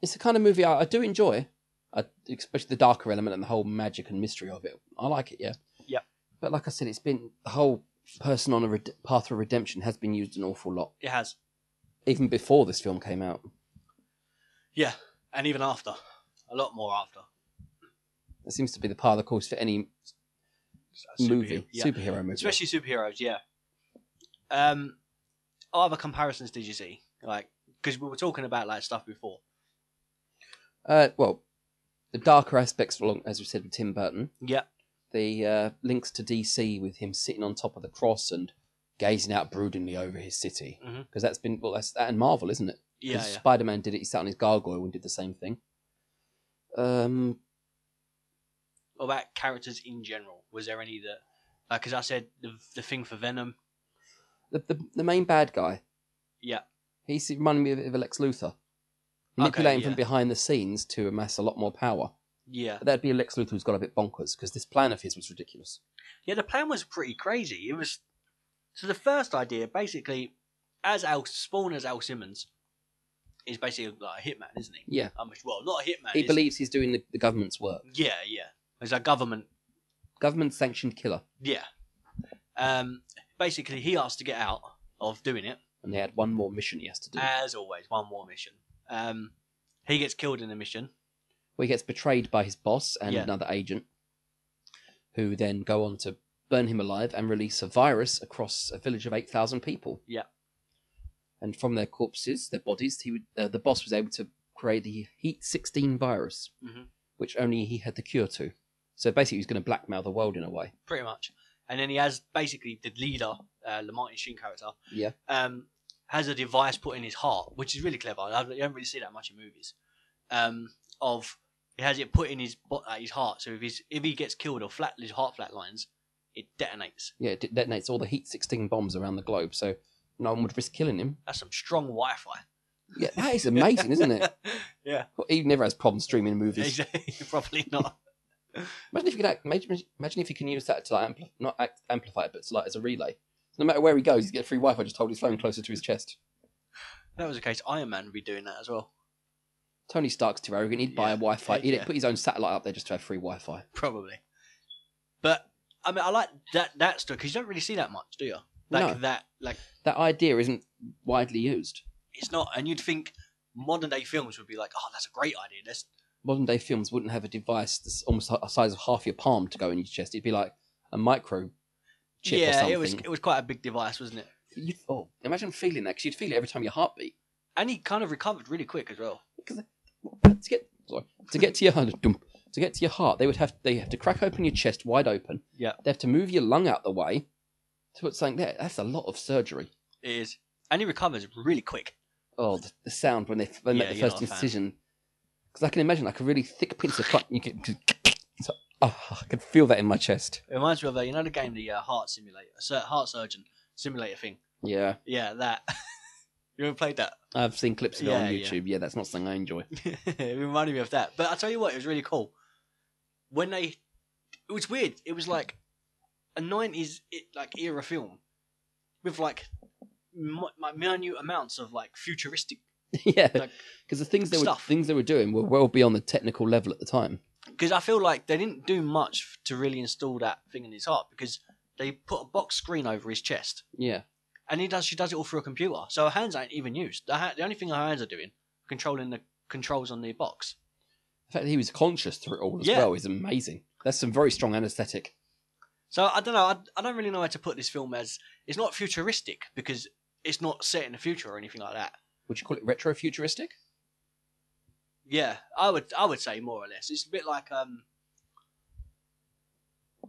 it's the kind of movie I, I do enjoy I, especially the darker element and the whole magic and mystery of it I like it yeah Yep. but like I said it's been the whole person on a red- path of redemption has been used an awful lot It has, even before this film came out yeah, and even after, a lot more after. it seems to be the part of the course for any Superhero- movie uh, yeah. superhero movie especially superheroes. Yeah. Um, other comparisons did you see? Like, because we were talking about like stuff before. Uh, well, the darker aspects, along as we said with Tim Burton, Yeah. the uh, links to DC with him sitting on top of the cross and gazing out broodingly over his city, because Mhm. that's been well, that's that and Marvel, isn't it? Yeah. yeah. Spider Man did it. He sat on his gargoyle and did the same thing. Um, What about characters in general? Was there any that, like, as I said, the, the thing for Venom? the, the the main bad guy. Yeah. he se- reminded me of, of a Lex Luthor, manipulating yeah. from behind the scenes to amass a lot more power. Yeah. But that'd be a Lex Luthor who's got a bit bonkers because this plan of his was ridiculous. Yeah, the plan was pretty crazy. It was. So the first idea, basically, as Al Spawn as Al Simmons, is basically like a hitman, isn't he? Yeah, Um, well, not a hitman. he it's- believes he's doing the, the government's work, Yeah, yeah. As a government government sanctioned killer. Yeah. Um, basically, he asked to get out of doing it, and they had one more mission he has to do. as always, one more mission. Um, he gets killed in the mission. where he gets betrayed by his boss and Yeah. another agent, who then go on to burn him alive and release a virus across a village of eight thousand people. Yeah. and from their corpses, their bodies, he would, uh, the boss was able to create the Heat sixteen virus, Mhm. which only he had the cure to. So basically, he was going to blackmail the world in a way. pretty much. And then he has basically the leader, uh, the Martin Sheen character, Yeah. um, has a device put in his heart, which is really clever. I don't- you don't really see that much in movies. Um, of he has it put in his bo- uh, his heart, so if he's, if he gets killed or flat his heart flatlines, it detonates. Yeah, it de- detonates all the Heat sixteen bombs around the globe, so no one would risk killing him. That's some strong Wi-Fi. Yeah, (laughs) that is amazing, isn't it? yeah, He never has problems (laughs) streaming movies. exactly. Probably not. Imagine if you can act, imagine, imagine if you can use that to like ampli- not act, amplify it, but to like as a relay. No matter where he goes, he's get free Wi-Fi. Just hold his phone closer to his chest. If that was the case, Iron Man would be doing that as well. (laughs) Tony Stark's too arrogant. He'd buy a Yeah, Wi-Fi. He'd yeah. put his own satellite up there just to have free Wi-Fi. Probably. But I mean, I like that that stuff because you don't really see that much, do you? Like No. that, like That idea isn't widely used. it's not. And you'd think modern day films would be like, oh, that's a great idea. Let's Modern day films wouldn't have a device that's almost the size of half your palm to go in your chest. It'd be like a micro chip or yeah, something. it was it was quite a big device, wasn't it? You'd, oh, imagine feeling that 'cause you'd feel it every time your heart beat. And he kind of recovered really quick as well. to get sorry, to get to your heart, to get to your heart, they would have they have to crack open your chest wide open. Yeah. They have to move your lung out the way to put something there. That's a lot of surgery. It is, and he recovers really quick. Oh, the, the sound when they when they Yeah, make the you're not first a fan. incision. Because I can imagine like a really thick piece of cut. You can, so- oh, I can feel that in my chest. It reminds me of uh, you know the game, the uh, heart simulator, sur- heart surgeon simulator thing. Yeah, Yeah, that. (laughs) you ever played that? (laughs) I've seen clips of it Yeah, on yeah. YouTube. Yeah. that's not something I enjoy. (laughs) it reminded me of that. But I tell you what, it was really cool. When they, it was weird. It was like a nineties like era film with like mi- like minute amounts of like futuristic. yeah, because Like- the things they were Stuff. things they were doing were well beyond the technical level at the time. Because I feel like they didn't do much to really install that thing in his heart because they put a box screen over his chest Yeah, and he does she does it all through a computer. So her hands aren't even used. The, ha- the only thing her hands are doing controlling the controls on the box. fact that he was conscious through it all as Yeah. well is amazing. That's some very strong anesthetic. So I don't know. I, I don't really know how to put this film as it's not futuristic because it's not set in the future or anything like that. Would you call it retro futuristic? Yeah, I would I would say more or less. It's a bit like um,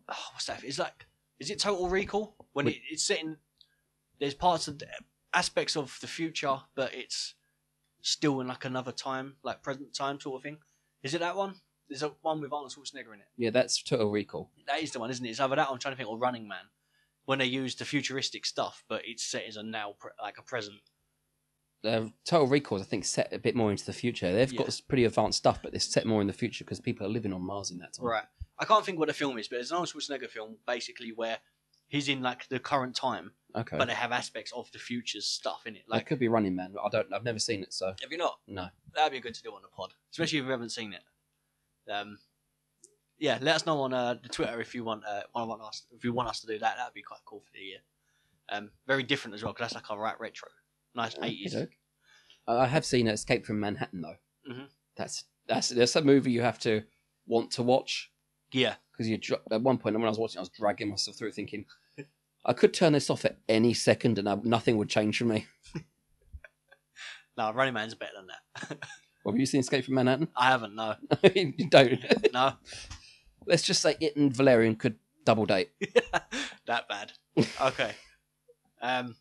oh, what's that? It's like is it Total Recall when Wait. it, it's set in there's parts of the, aspects of the future, but it's still in like another time, like present time sort of thing. Is it that one? There's a one with Arnold Schwarzenegger in it. Yeah, that's Total Recall. That is the one, isn't it? It's either that or I'm trying to think, or Running Man, when they use the futuristic stuff, but it's set as a now, pre- like a present. Uh, Total Recall, is, I think, set a bit more into the future. They've Yeah. got got pretty advanced stuff, but they're set more in the future because people are living on Mars in that time. Right. I can't think what the film is, but it's an Arnold Schwarzenegger film, basically, where he's in like the current time, Okay. but they have aspects of the future's stuff in it. Like, Like, that could be Running Man. But I don't. I've never seen it, so have you not? no. That'd be good to do on the pod, especially if you haven't seen it. Um, yeah, let us know on uh, the Twitter if you want, uh, want, want us if you want us to do that. That'd be quite cool for the year. Um, very different as well because that's like our right retro, nice eighties. Okey-doke. Uh, I have seen Escape from Manhattan though. Mhm. That's that's that's a movie you have to want to watch Yeah, because you dr- at one point when I was watching, I was dragging myself through, thinking I could turn this off at any second and I, nothing would change for me. no, Running Man's better than that. Well, have you seen Escape from Manhattan? (laughs) I haven't. No, you don't. (laughs) no, Let's just say it and Valerian could (laughs) double date. that bad. Okay. Um.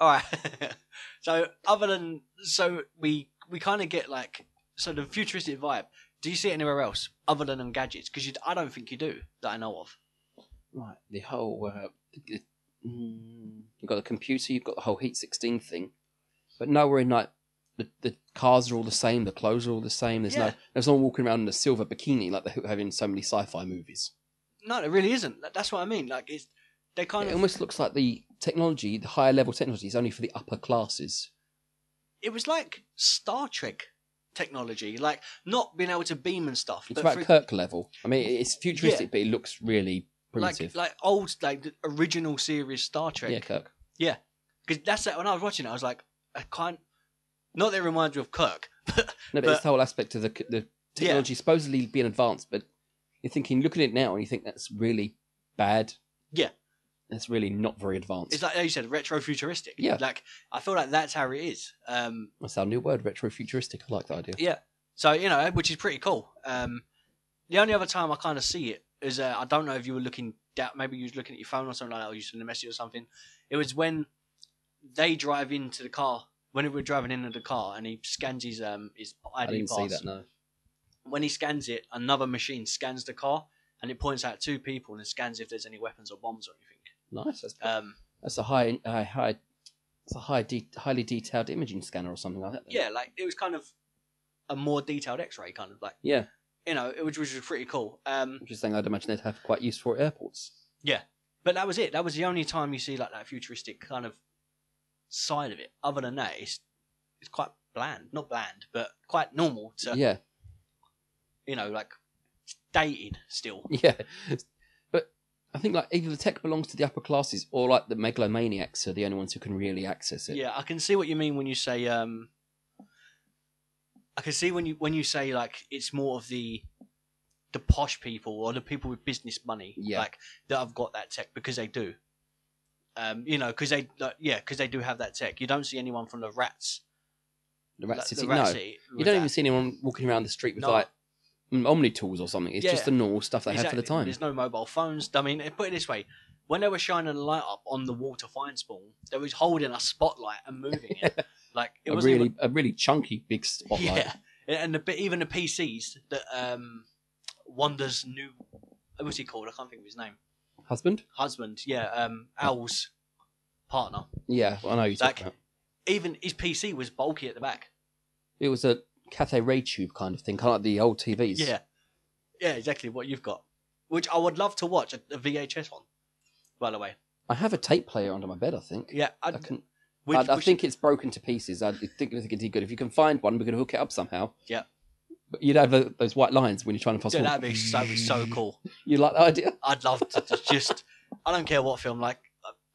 All right. (laughs) so other than so we we kind of get like so the futuristic vibe. Do you see it anywhere else other than on gadgets? Because I don't think you do that I know of. Right, the whole uh, the- mm, you've got the computer, you've got the whole Heat 16 thing, but nowhere in like the, the cars are all the same, the clothes are all the same. There's no Yeah. there's no one walking around in a silver bikini like they have in so many sci-fi movies. No, there really isn't. That- That's what I mean. Like it's they kind It of almost looks like the technology, the higher level technology, is only for the upper classes. it was like Star Trek technology, like not being able to beam and stuff. It's but about for- Kirk level. I mean, it's futuristic, but it looks really primitive. like like old like the original series Star Trek. yeah, Kirk. Because that's that when I was watching it, I was like, I can't. Not that it reminds me of Kirk, but No, but, But- it's the whole aspect of the the technology supposedly being advanced, but you're thinking, looking at it now, and you think that's really bad. Yeah. that's really not very advanced. it's like you said, retro futuristic. Yeah. Like I feel like that's how it is. Um. that's our new word, retrofuturistic. I like that idea. So you know, which is pretty cool. Um. The only other time I kind of see it is uh, I don't know if you were looking down, maybe you was looking at your phone or something like that, or you sent a message or something. It was when they drive into the car. When we were driving into the car, and he scans his um his I, ID didn't pass. see that. No, when he scans it, another machine scans the car and it points out two people and it scans if there's any weapons or bombs or anything. nice. That's, Um, that's a high, uh, high, it's a high, de- highly detailed imaging scanner or something like that. then. yeah, like it was kind of a more detailed X-ray, kind of like yeah. you know, it, which which was pretty cool. Um, I'm just saying, I'd imagine they'd have quite useful at airports. but that was it. That was the only time you see like that futuristic kind of side of it. Other than that, it's it's quite bland, not bland, but quite normal to yeah, you know, like dated still. (laughs) yeah. But I think like either the tech belongs to the upper classes, or like the megalomaniacs are the only ones who can really access it. Yeah, I can see what you mean when you say um I can see when you when you say like it's more of the the posh people or the people with business money Yeah. like that have got that tech because they do. Um, you know, because they like, yeah, because they do have that tech. You don't see anyone from the rats. the Rat like, City. the Rat no, City You with don't that. even see anyone walking around the street with No. like mm, Omni tools or something. It's Yeah. just the normal stuff they had for the Exactly. time. There's no mobile phones. I mean, put it this way: when they were shining the light up on the wall to find Spawn, they was holding a spotlight and moving (laughs) it. Like it A wasn't really, even- a really chunky big spotlight. (laughs) Yeah, and the, bit- even the PCs that um, Wanda's new, what's he called? I can't think of his name. Husband? Husband, yeah, um, Al's partner. Yeah, well, I know you Like- talking about. Even his PC was bulky at the back. It was a cathode ray tube kind of thing, kind of like the old TVs. Yeah, yeah, exactly what you've got. Which I would love to watch a, a VHS one. By the way, I have a tape player under my bed. I think. yeah, I, I, can, we- I, I we should- think it's broken to pieces. I think it'd be good if you can find one. We can hook it up somehow. Yeah. But you'd have uh those white lines when you're trying to pass. dude, one. that'd be so that'd be so cool. You like that idea? I'd love to to (laughs) just. I don't care what film. Like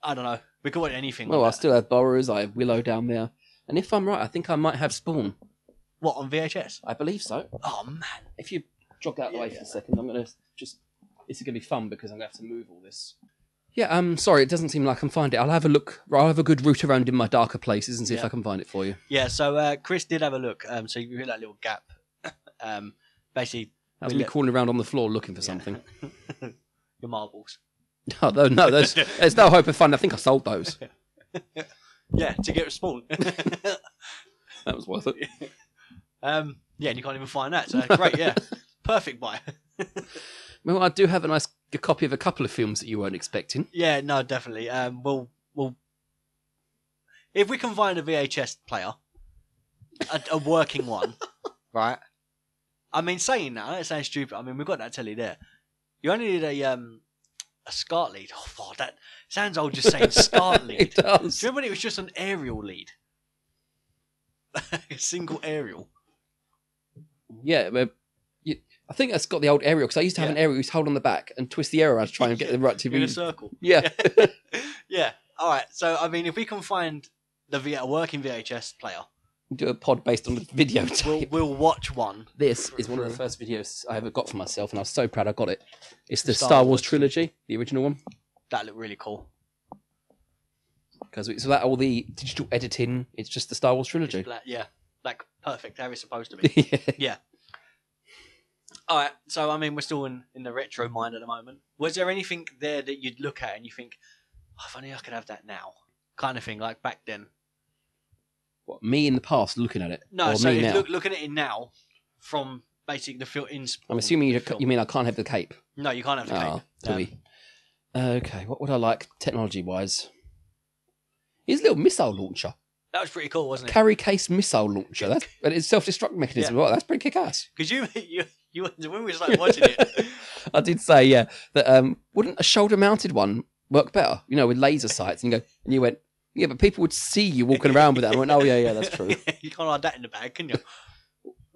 I, I don't know. We could watch anything. Well, on I that. still have Borrowers. I have Willow down there, and if I'm right, I think I might have Spawn. What on VHS? I believe so. Oh man, If you jog out of the way Yeah. for a second, I'm gonna just. This is gonna be fun because I'm gonna have to move all this. Yeah, um, sorry, it doesn't seem like I can find it. I'll have a look. I'll have a good route around in my darker places and see if Yeah. I can find it for you. yeah. So uh, Chris did have a look. Um, so you hit that little gap. (laughs) um, basically That was We me look- crawling around on the floor looking for something. your marbles. No, Oh, no, no there's, there's no hope of finding. I think I sold those. Yeah, to get a spawn. (laughs) That was worth it. um, yeah, and you can't even find that. So that's great. (laughs) Yeah, perfect buy. Well, I do have a nice a copy of a couple of films that you weren't expecting. Yeah, no, definitely. Um, we'll we'll if we can find a VHS player, a, a working (laughs) one, right? I mean, saying that, that sounds stupid. I mean, we've got that telly there. You only need a um a SCART lead. Oh, God, that sounds old just (laughs) saying SCART lead. It Do does. you remember when it was just an aerial lead? (laughs) a single aerial. Yeah, but you, I think that's got the old aerial because I used to have an aerial. You used to hold on the back and twist the aerial around to try and get (laughs) the right in a TV. circle. Yeah, yeah. All right. So I mean, if we can find the v- a working VHS player, (laughs) do a pod based on the videotape. (laughs) we'll we'll watch one. this is one of the True. first videos I ever got for myself, and I was so proud I got it. It's the Star Star, Wars Wars trilogy, the original one, That looked really cool. because it's without all the digital editing. It's just the Star Wars (laughs) trilogy. Like, yeah, like perfect how it's supposed to (laughs) be. yeah. All right. So I mean, we're still in in the retro mind at the moment. Was there anything there that you'd look at and you think, oh, if only I could have that now, kind of thing, like back then? What, me in the past looking at it. No. or so me if now. look, looking at it now, from basically the film in. I'm assuming you, film. you mean I can't have the cape. No, you can't have the Ah, cape. Um, silly. okay, what would I like technology wise? His little missile launcher, that was pretty cool, wasn't it? carry case missile launcher. That's and its self destruct mechanism. Well, that's pretty kick ass. Because you, (laughs) you, you, when we was like watching it, I did say, yeah, that um, wouldn't a shoulder mounted one work better? You know, with laser sights. And you go, and you went, yeah, but people would see you walking around with that. I went, oh (laughs) yeah, yeah, that's true. (laughs) you can't hide that in the bag, (laughs) can you?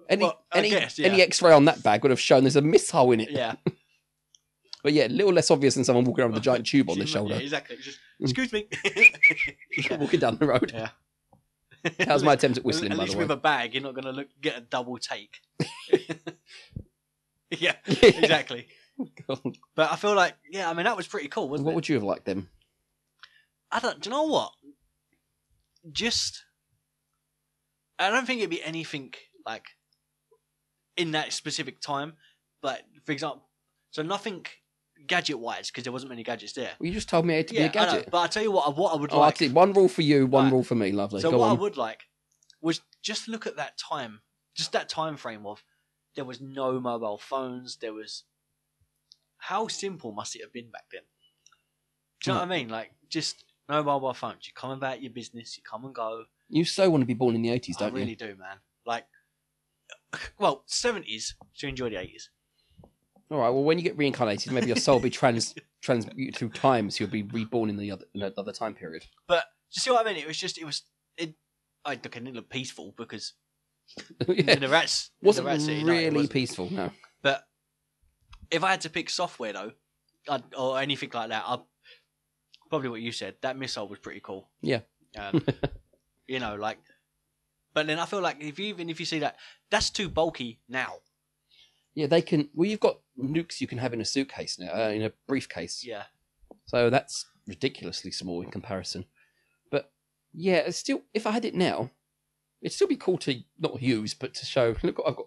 Any Well, I any guess, any yeah. X-ray on that bag would have shown there's a missile in it. Yeah. But yeah, a little less obvious than someone walking around with a giant tube (laughs) on their Yeah, shoulder, Mm. exactly. It's Just, excuse me. (laughs) Yeah. walking down (laughs) the road. Yeah. That was my attempt at whistling, At by least the way. with a bag, you're not going to look get a double take. (laughs) yeah, Yeah. (laughs) exactly. But I feel like, yeah, I mean, that was pretty cool, wasn't What it? would you have liked them? I don't. Do you know what? Just, I don't think it'd be anything like in that specific time. But for example, so nothing gadget wise because there wasn't many gadgets there. Well, you just told me it had to Yeah, be a I know, gadget. but I tell you what, what I would Oh, I like. see. One rule for you, one Right. rule for me. Lovely. So Go what on. I would like was just look at that time, just that time frame of there was no mobile phones. There was how simple must it have been back then? Do you know what I Mm. mean? Like just no mobile phones. You come about your business. You come and go. You so want to be born in the 80s, I don't really you? do, man. Like, (laughs) well, seventies to enjoy the eighties. All right. Well, when you get reincarnated, maybe your soul will (laughs) be trans transmuted through time, so you'll be reborn in the other in another time period. (laughs) But do you see what I mean? It was just it was it. I look, it didn't look peaceful because in yeah. the rats in the Wasn't Rat City, no, it really wasn't. peaceful. No. But if I had to pick software though, I'd, or anything like that, I'd, probably what you said. That missile was pretty cool. Yeah. (laughs) Um, you know, like, but then I feel like if you, even if you see that, that's too bulky now. Yeah, they can. Well, you've got nukes you can have in a suitcase now, uh, in a briefcase. Yeah. So that's ridiculously small in comparison. But yeah, it's still. If I had it now, it'd still be cool to not use, but to show. Look, what I've got.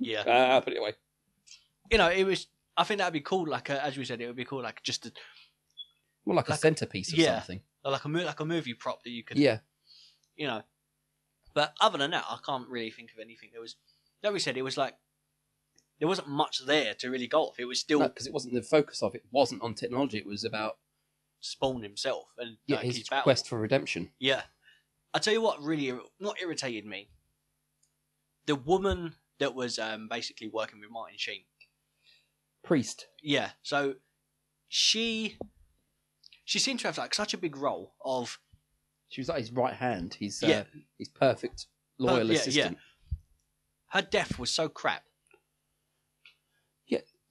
Yeah. (laughs) Ah, put it away. You know, it was. I think that'd be cool. Like a, as we said, it would be cool. Like just a, More like, Like- a centerpiece or yeah. something. like a mo- like a movie prop that you could. Yeah. You know. But other than that, I can't really think of anything. There was, like we said, it was like there wasn't much there to really go off. It was still because it wasn't the focus of it wasn't on technology. It was about Spawn himself and yeah, like, his battle. quest for redemption. Yeah. I tell you what really ir- not irritated me. The woman that was um, basically working with Martin Sheen. Priest. Yeah. So she she seemed to have like such a big role of She was like his right hand. His Yeah. uh, his perfect loyal yeah, yeah. assistant. her death was so crap.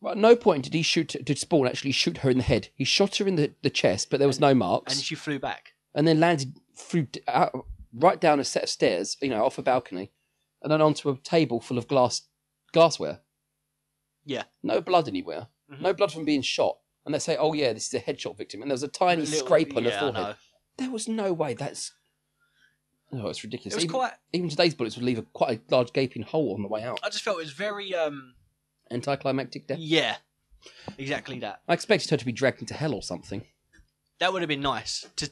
But at no point did he shoot. Did Spawn actually shoot her in the head? He shot her in the, the chest, but there was no marks, And and, she flew back. uh, then landed through d- out, right down a set of stairs. You know, off a balcony, and then onto a table full of glass glassware. Yeah. No blood anywhere. Mhm. No blood from being shot. And they say, "Oh yeah, this is a headshot victim," and there was a tiny Little- scrape on her yeah, I forehead. know. There was no way. That's oh, it's ridiculous. It was even, quite. even today's bullets would leave a quite a large gaping hole on the way out. I just felt it was very. um Anticlimactic death. Yeah, exactly that. I expected her to be dragged into hell or something. That would have been nice to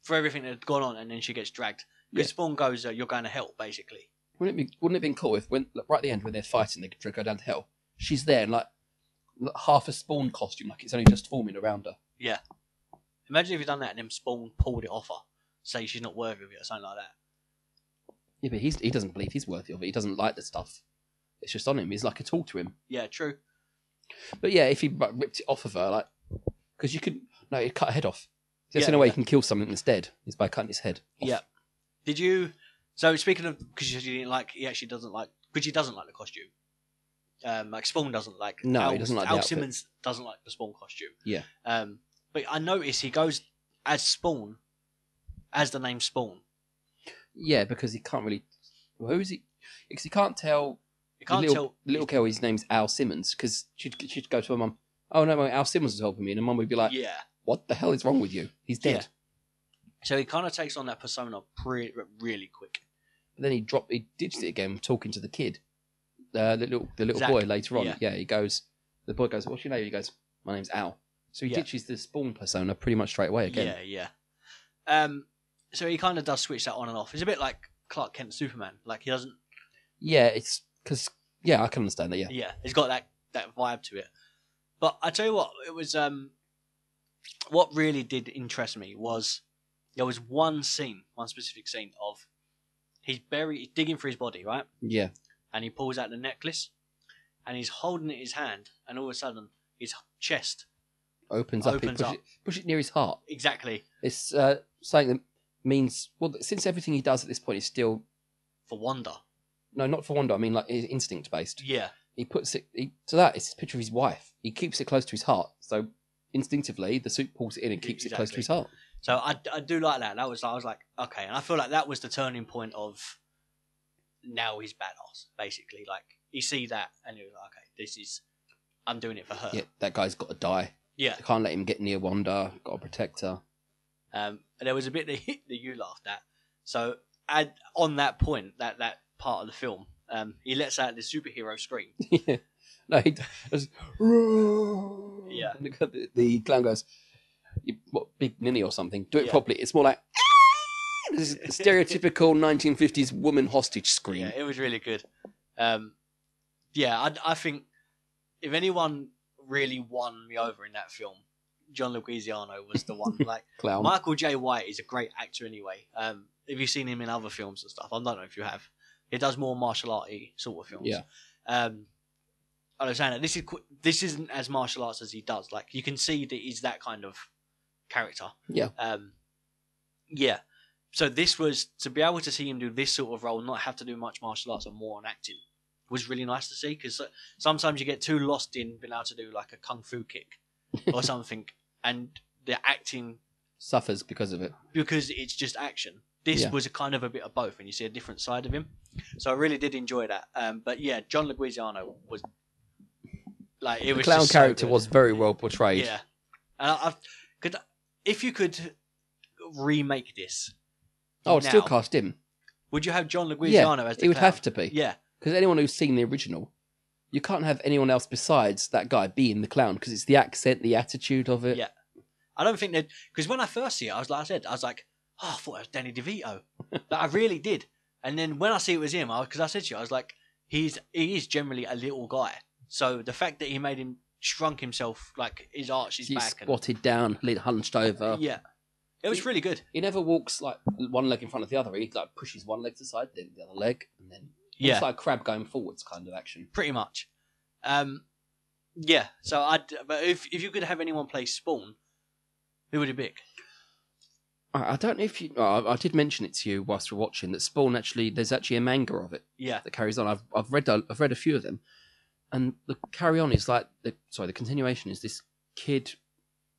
for everything that had gone on, and then she gets dragged. Because Spawn goes, uh, "You're going to hell," basically. Wouldn't it be? Wouldn't it have been cool if when like, right at the end when they're fighting, they could go down to hell. She's there in like like, half a spawn costume, like it's only just forming around her. Imagine if you'd done that, and then Spawn pulled it off her, say she's not worthy of it or something like that. Yeah, but he's, he doesn't believe he's worthy of it. He doesn't like the stuff. It's just on him. He's like a tool to him. Yeah, true. But yeah, if he like, ripped it off of her, like, because you could no, he'd cut her head off. That's Yeah, the only way yeah. you can kill someone that's dead is by cutting his head. off. Yeah. Did you? So speaking of, because you said you didn't like, he actually doesn't like, because he doesn't like the costume. Um, like Spawn doesn't like. No, he Al- doesn't like the Al outfit. Simmons doesn't like the Spawn costume. Yeah. Um, but I notice he goes as Spawn, as the name Spawn. yeah, because he can't really. Well, who is he? Because he can't tell. You can't little, tell. Little girl, his name's Al Simmons, because she'd, she'd go to her mum. Oh no, my Al Simmons is helping me, and her mum would be like, yeah. "What the hell is wrong with you? He's dead." Yeah. So he kind of takes on that persona pre- really quick. But then he dropped, he ditched it again, talking to the kid, uh, the little the little Zach. boy later on. Yeah. Yeah. he goes. The boy goes, "What's your name?" He goes, "My name's Al." So he Yeah. ditches the spawn persona pretty much straight away again. Yeah, yeah. Um, so he kind of does switch that on and off. It's a bit like Clark Kent Superman. Like he doesn't. Yeah, it's because yeah, I can understand that. Yeah, Yeah, it's got that that vibe to it. But I tell you what, it was um, what really did interest me was there was one scene, one specific scene of he's buried, he's digging for his body, right? yeah, and he pulls out the necklace and he's holding it in his hand and all of a sudden his chest opens up, he Opens pushes, up. It, push it near his heart. exactly It's uh, something that means well, since everything he does at this point is still for wonder no, not for wonder. I mean, like is instinct based. yeah He puts it he, so that it's a picture of his wife. He keeps it close to his heart, so instinctively the suit pulls it in and keeps it close to E- Exactly. his heart. so I, I do like that that was i was like okay and i feel like that was the turning point of now he's badass basically like you see that and you're like okay this is i'm doing it for her Yeah, that guy's got to die. yeah, I can't let him get near Wanda. Got to protect her. (laughs) um and there was a bit that, (laughs) that you laughed at so and on that point that that part of the film um he lets out the superhero scream yeah. No, (laughs) he does. yeah. (laughs) The, the clown goes, you, what, Big Ninny or something. Do it Yeah. properly. It's more like, "Ah!" this is a stereotypical 1950s woman hostage scream. Yeah, it was really good. Um, yeah, I, I think if anyone really won me over in that film, John Luigiano was the one. Like Clown. Michael J. White is a great actor anyway. Um, if you've seen him in other films and stuff, I don't know if you have. He does more martial arty sort of films. Yeah. Um, I was saying that this is qu- this isn't as martial arts as he does. Like you can see that he's that kind of character. Yeah. Um, yeah. So this was to be able to see him do this sort of role, not have to do much martial arts and more on acting, was really nice to see. Because sometimes you get too lost in being able to do like a kung fu kick or something, and the acting Suffers because of it. because it's just action. This Yeah. was a kind of a bit of both, and you see a different side of him. So I really did enjoy that. Um, but yeah, John Leguizamo was like it the was clown just so character good. was very well portrayed. yeah. And I, I could if you could remake this, I would Oh, still now, cast him. Would you have John Leguizamo Yeah, as the he would clown? have to be. Yeah, Because anyone who's seen the original, you can't have anyone else besides that guy being the clown because it's the accent, the attitude of it. Yeah. I don't think that because when I first see it, I was like I said, I was like, oh, I thought it was Danny (laughs) DeVito, like, I really did. And then when I see it was him, I because I said to you, I was like, he's he is generally a little guy, so the fact that he made him shrunk himself like his arch is He's back, and, squatted down, lean- hunched over. yeah, it was really good. He never walks like one leg in front of the other. He like pushes one leg to the side, then the other leg, and then Yeah, it's like a crab going forwards kind of action. pretty much. Um, yeah. So I, but if if you could have anyone play Spawn, who would it pick? I, I don't know if you. oh, I, I did mention it to you whilst we we're watching that Spawn actually. There's actually a manga of it Yeah, that carries on. I've I've read a- I've read a few of them, and the carry on is like the sorry the continuation is this kid,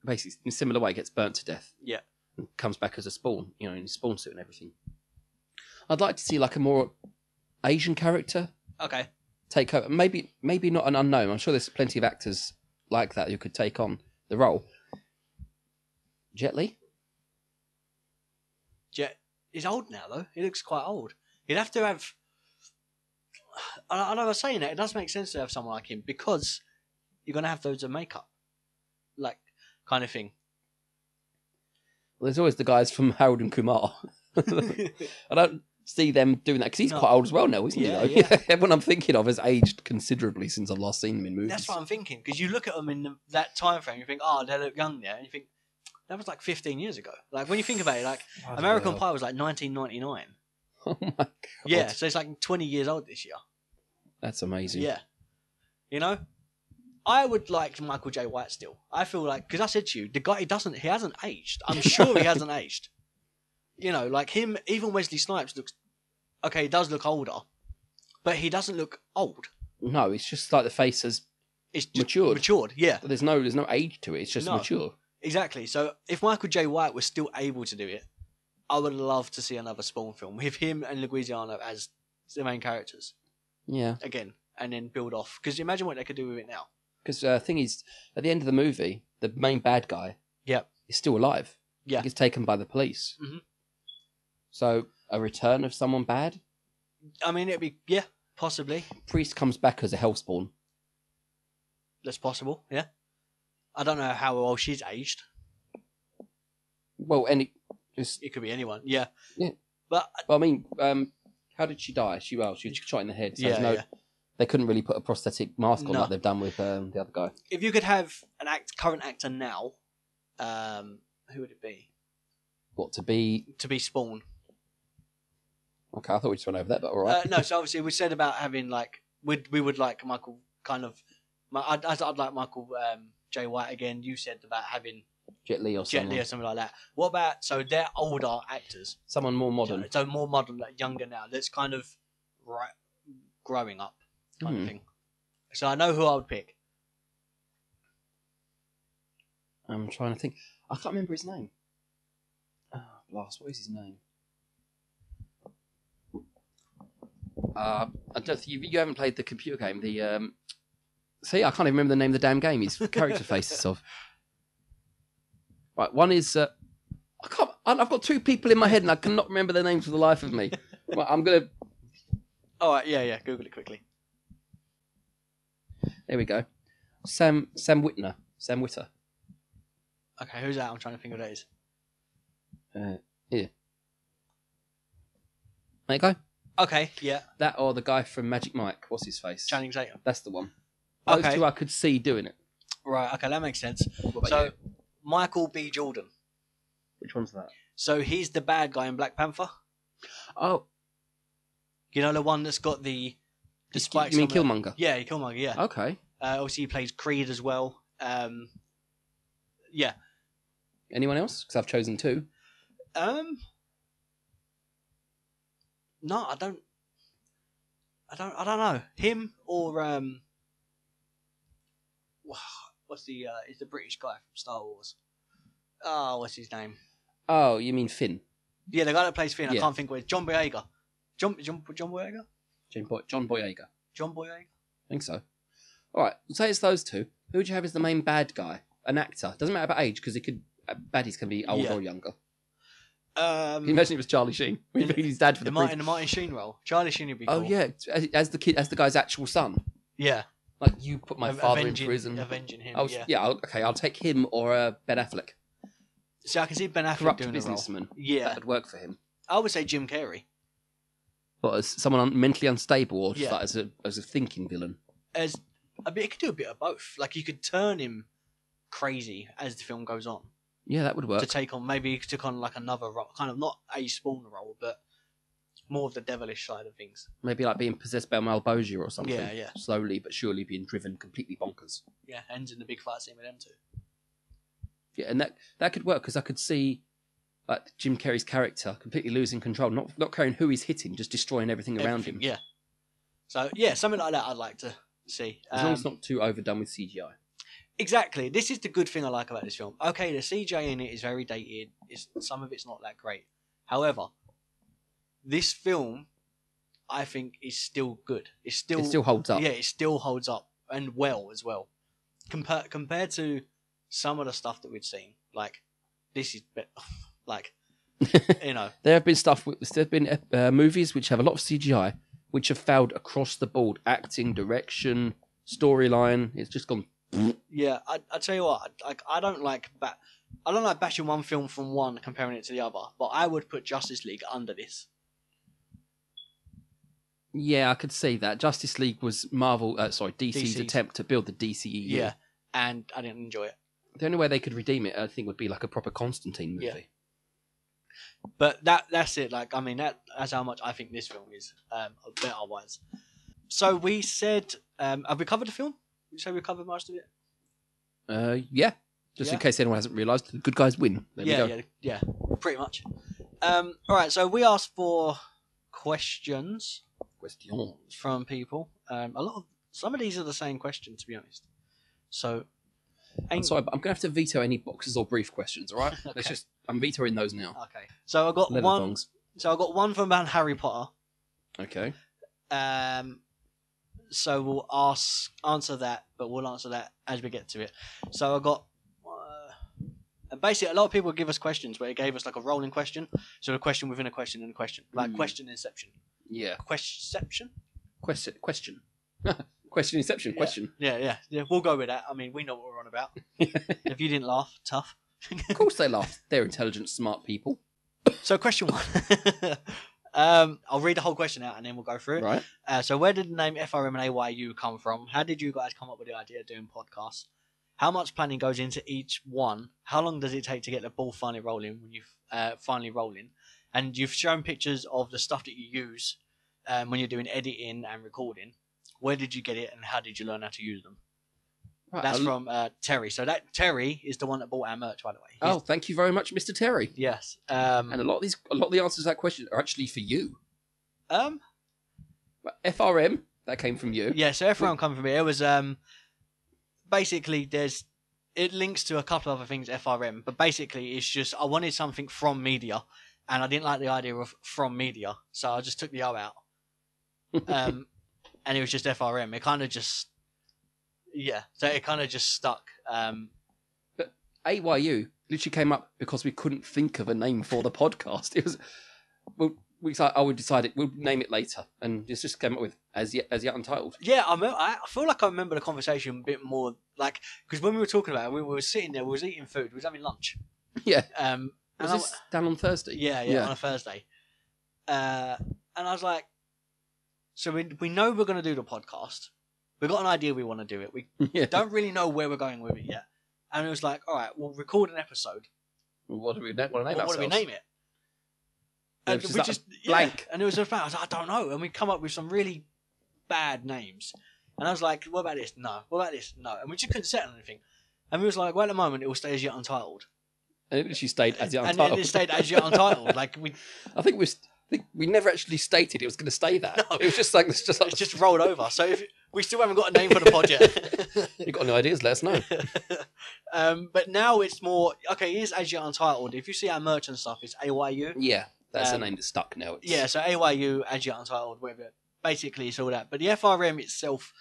basically in a similar way gets burnt to death. Yeah. and comes back as a Spawn, you know, in his Spawn suit and everything. I'd like to see like a more Asian character Okay. take over. Maybe maybe not an unknown. I'm sure there's plenty of actors like that who could take on the role. Jet Li? Jet he's old now though. He looks quite old. He'd have to have. I, I know I was saying that it does make sense to have someone like him because you're gonna have loads of makeup, like kind of thing. Well, there's always the guys from (laughs) Harold and Kumar. I don't see them doing that because he's No. quite old as well now, isn't Yeah, he? Though? yeah. (laughs) Everyone I'm thinking of has aged considerably since I've last seen them in movies. That's what I'm thinking because you look at them in the, that time frame, you think, oh, they look young there, and you think that was like 15 years ago. Like when you think about it, like Bloody American hell. Pie was like 1999. (laughs) Oh my god. Yeah, so it's like 20 years old this year. That's amazing. Yeah. You know, I would like Michael J. White still. I feel like because I said to you, the guy he doesn't he hasn't aged. I'm sure he hasn't aged. You know, like him, even Wesley Snipes looks okay. He does look older, but he doesn't look old. No, it's just like the face has It's just Matured. Matured. Yeah, there's no there's no age to it. It's just No. mature. exactly. So if Michael J. White was still able to do it, I would love to see another Spawn film with him and Luigiano as the main characters Yeah, again, and then build off. Because imagine what they could do with it now. because uh, thing is, at the end of the movie, the main bad guy, Yep. is still alive. Yeah. he gets taken by the police. Mhm. So a return of someone bad. I mean, it'd be yeah, possibly. Priest comes back as a hellspawn. that's possible. Yeah, I don't know how well she's aged. Well, and it just It could be anyone. Yeah, well, I mean, um, how did she die? She well, she was shot in the head. So yeah, there's no, yeah. they couldn't really put a prosthetic mask on No. like they've done with um, the other guy. If you could have an act, current actor now, um, who would it be What to be? to be Spawn? Okay, I thought we just went over that, but all right. Uh, no, so obviously we said about having like we'd we would like Michael kind of. My, I'd, I'd I'd like Michael um, J White again. You said about having Jet Li or Jet someone, Li or something like that. What about so they're older actors, someone more modern. so more modern, like younger now. That's kind of right, growing up kind Hmm. of thing. So I know who I would pick. I'm trying to think. I can't remember his name. Oh, blast. What is his name? Uh, I don't think you, you haven't played the computer game. The um, see, I can't even remember the name of the damn game. His character faces of. Right, one is. Uh, I can't. I- I've got two people in my head, and I cannot remember their names for the life of me. Well, I'm gonna. All right, yeah, yeah. Google it quickly. There we go. Sam Sam Whitner. Sam Witter. Okay, who's that? I'm trying to think of that is. Uh, here. There you go. Okay, yeah, That or the guy from Magic Mike. What's his face? Channing Tatum. That's the one. Those Okay, two I could see doing it. right. Okay, that makes sense. What about So you? Michael B. Jordan. Which one's that? So he's the bad guy in Black Panther. Oh, You know the one that's got the, the you, spikes. you mean Oh. on the- Killmonger? Yeah, Killmonger. Yeah. Okay. Uh, obviously, he plays Creed as well. Um, yeah. Anyone else? Because I've chosen two. Um. No, I don't. I don't. I don't know him or um. (sighs) wha- What's the? Uh, is the British guy from Star Wars? Oh, what's his name? Oh, you mean Finn? Yeah, the guy that plays Finn. I Yeah. can't think where. John Boyega. John John John Boyega. John, Boy- John Boyega. I John Boyega. think so. All right. Say it's those two. Who would you have as the main bad guy? An actor. Doesn't matter about age because he could. uh, Baddies can be older Yeah. or younger. (laughs) Can you Um, imagine it was Charlie Sheen. (laughs) We In- made his dad for the the Martin pre- the Martin Sheen role. Charlie Sheen would be. Cool. Oh yeah, as, as the kid, as the guy's actual son. Yeah. Like you put my Av- father avenging, in prison. Avenging him. I was, yeah. Oh, yeah. I'll, okay. I'll take him or uh, Ben Affleck, So I can see Ben Affleck corrupt doing the role. businessman. Yeah. That would work for him. I would say Jim Carrey. What, as someone un- mentally unstable or just Yeah. like as a as a thinking villain? as a bit, it could do a bit of both. Like you could turn him crazy as the film goes on Yeah, that would to work. take on maybe he took on like another role, kind of not a spawn role, but more of the devilish side of things. Maybe like being possessed by Malbogia or something. Yeah, yeah. Slowly but surely being driven completely bonkers. Yeah, ends in the big fight scene with them two. Yeah, and that that could work because I could see like Jim Carrey's character completely losing control, not not caring who he's hitting, just destroying everything around Everything, him. Yeah. So yeah, something like that I'd like to see. As long Um, as it's not too overdone with CGI. Exactly. This is the good thing I like about this film. Okay, the CJ in it is very dated. It's, some of it's not that great. However, this film, I think is still good. It's still, It still holds up. yeah, it still holds up and well as well. Compared compared to some of the stuff that we've seen, like this is be- (laughs) (laughs) like you know There have been stuff. with- There have been uh, movies which have a lot of CGI, which have failed across the board: acting, direction, storyline. It's just gone. Yeah, I, I tell you what, like I don't like ba- I don't like bashing one film from one comparing it to the other, but I would put Justice League under this. Yeah, I could see that. Justice League was Marvel, uh, sorry, DC's, DC's. attempt to build the DCEU. Yeah, and I didn't enjoy it. The only way they could redeem it, I think, would be like a proper Constantine movie. Yeah. But that that's it. Like I mean, that that's how much I think this film is um, better wise. So we said, um, have we covered the film? We say we covered most of it. Uh, yeah. Just in Yeah. case anyone hasn't realised, the good guys win. There yeah, we go. yeah, yeah, pretty much. Um, all right, so we asked for questions Question. from people. Um, a lot of some of these are the same question, to be honest. So, I'm ain't- sorry, but I'm gonna have to veto any boxes or brief questions. (laughs) All right, let's Okay. just. I'm vetoing those now. Okay. So I got Leather one. thongs. So I got one from about Harry Potter. Okay. Um, so we'll ask answer that, but we'll answer that as we get to it. So I got. Uh, and basically, a lot of people give us questions where it gave us like a rolling question, so a question within a question and a question, like Hmm. question inception, Yeah. questionception. Question. Question. (laughs) question. Inception. Yeah. Question. Yeah, yeah, yeah. We'll go with that. I mean, we know what we're on (laughs) about. if you didn't laugh, tough. Of course they laugh. They're intelligent, smart people, So question one. (laughs) um, I'll read the whole question out and then we'll go through it. right? Uh, so where did the name FRMNAYU come from? How did you guys come up with the idea of doing podcasts? How much planning goes into each one? How long does it take to get the ball finally rolling when you uh, finally rolling? And you've shown pictures of the stuff that you use um, when you're doing editing and recording. Where did you get it, and how did you learn how to use them? Right, That's I'll- from uh, Terry. So that Terry is the one that bought our merch, by the way. He's- Oh, thank you very much, Mr. Terry. yes. Um, And a lot of these, a lot of the answers to that question are actually for you. um, But FRM, that came from you. Yeah, so everyone come from here. It was um basically there's it links to a couple other things FRM, but basically it's just I wanted something from media and I didn't like the idea of from media, so I just took the O (laughs) out. Um and it was just FRM. It kinda just yeah, so it kinda just stuck. Um AYU literally came up because we couldn't think of a name for the podcast. (laughs) It was, well, we decided, oh, we decided we'll name it later, and this just came up with as yet as yet untitled. Yeah, I, remember, I I feel like I remember the conversation a bit more, like because when we were talking about it, we were sitting there, we was eating food, we was having lunch. Yeah. Um, and Was I- this down on Thursday? Yeah, yeah, on a Thursday. Uh, and I was like, so we, we know we're going to do the podcast. We've got an idea we want to do it. We yeah. don't really know where we're going with it yet. And it was like, all right, we'll record an episode. (laughs) What do we name? What do we name Well, what do we ourselves? name it? Yeah, And it's we just like a just yeah. blank. And it was just about, I was like, I don't know. And we come up with some really bad names. And I was like, what about this? No. What about this? No. And we just couldn't settle on anything. And we was like, well, at the moment, it will stay as yet untitled. And it literally stayed as yet and untitled. then it stayed as yet (laughs) untitled. Like, we I think we, st- I think we never actually stated it was going to stay that. (laughs) No. It was just like it's just (laughs) like it's just rolled over. So if we still haven't got a name for the pod yet. you got any ideas? Let (laughs) us know. um, but now it's more okay. It is as yet untitled. If you see our merch and stuff, it's AYU. Yeah, that's Um, the name that's stuck now. It's, Yeah, so AYU as yet untitled. Whatever. Basically, it's all that. But the FRM itself.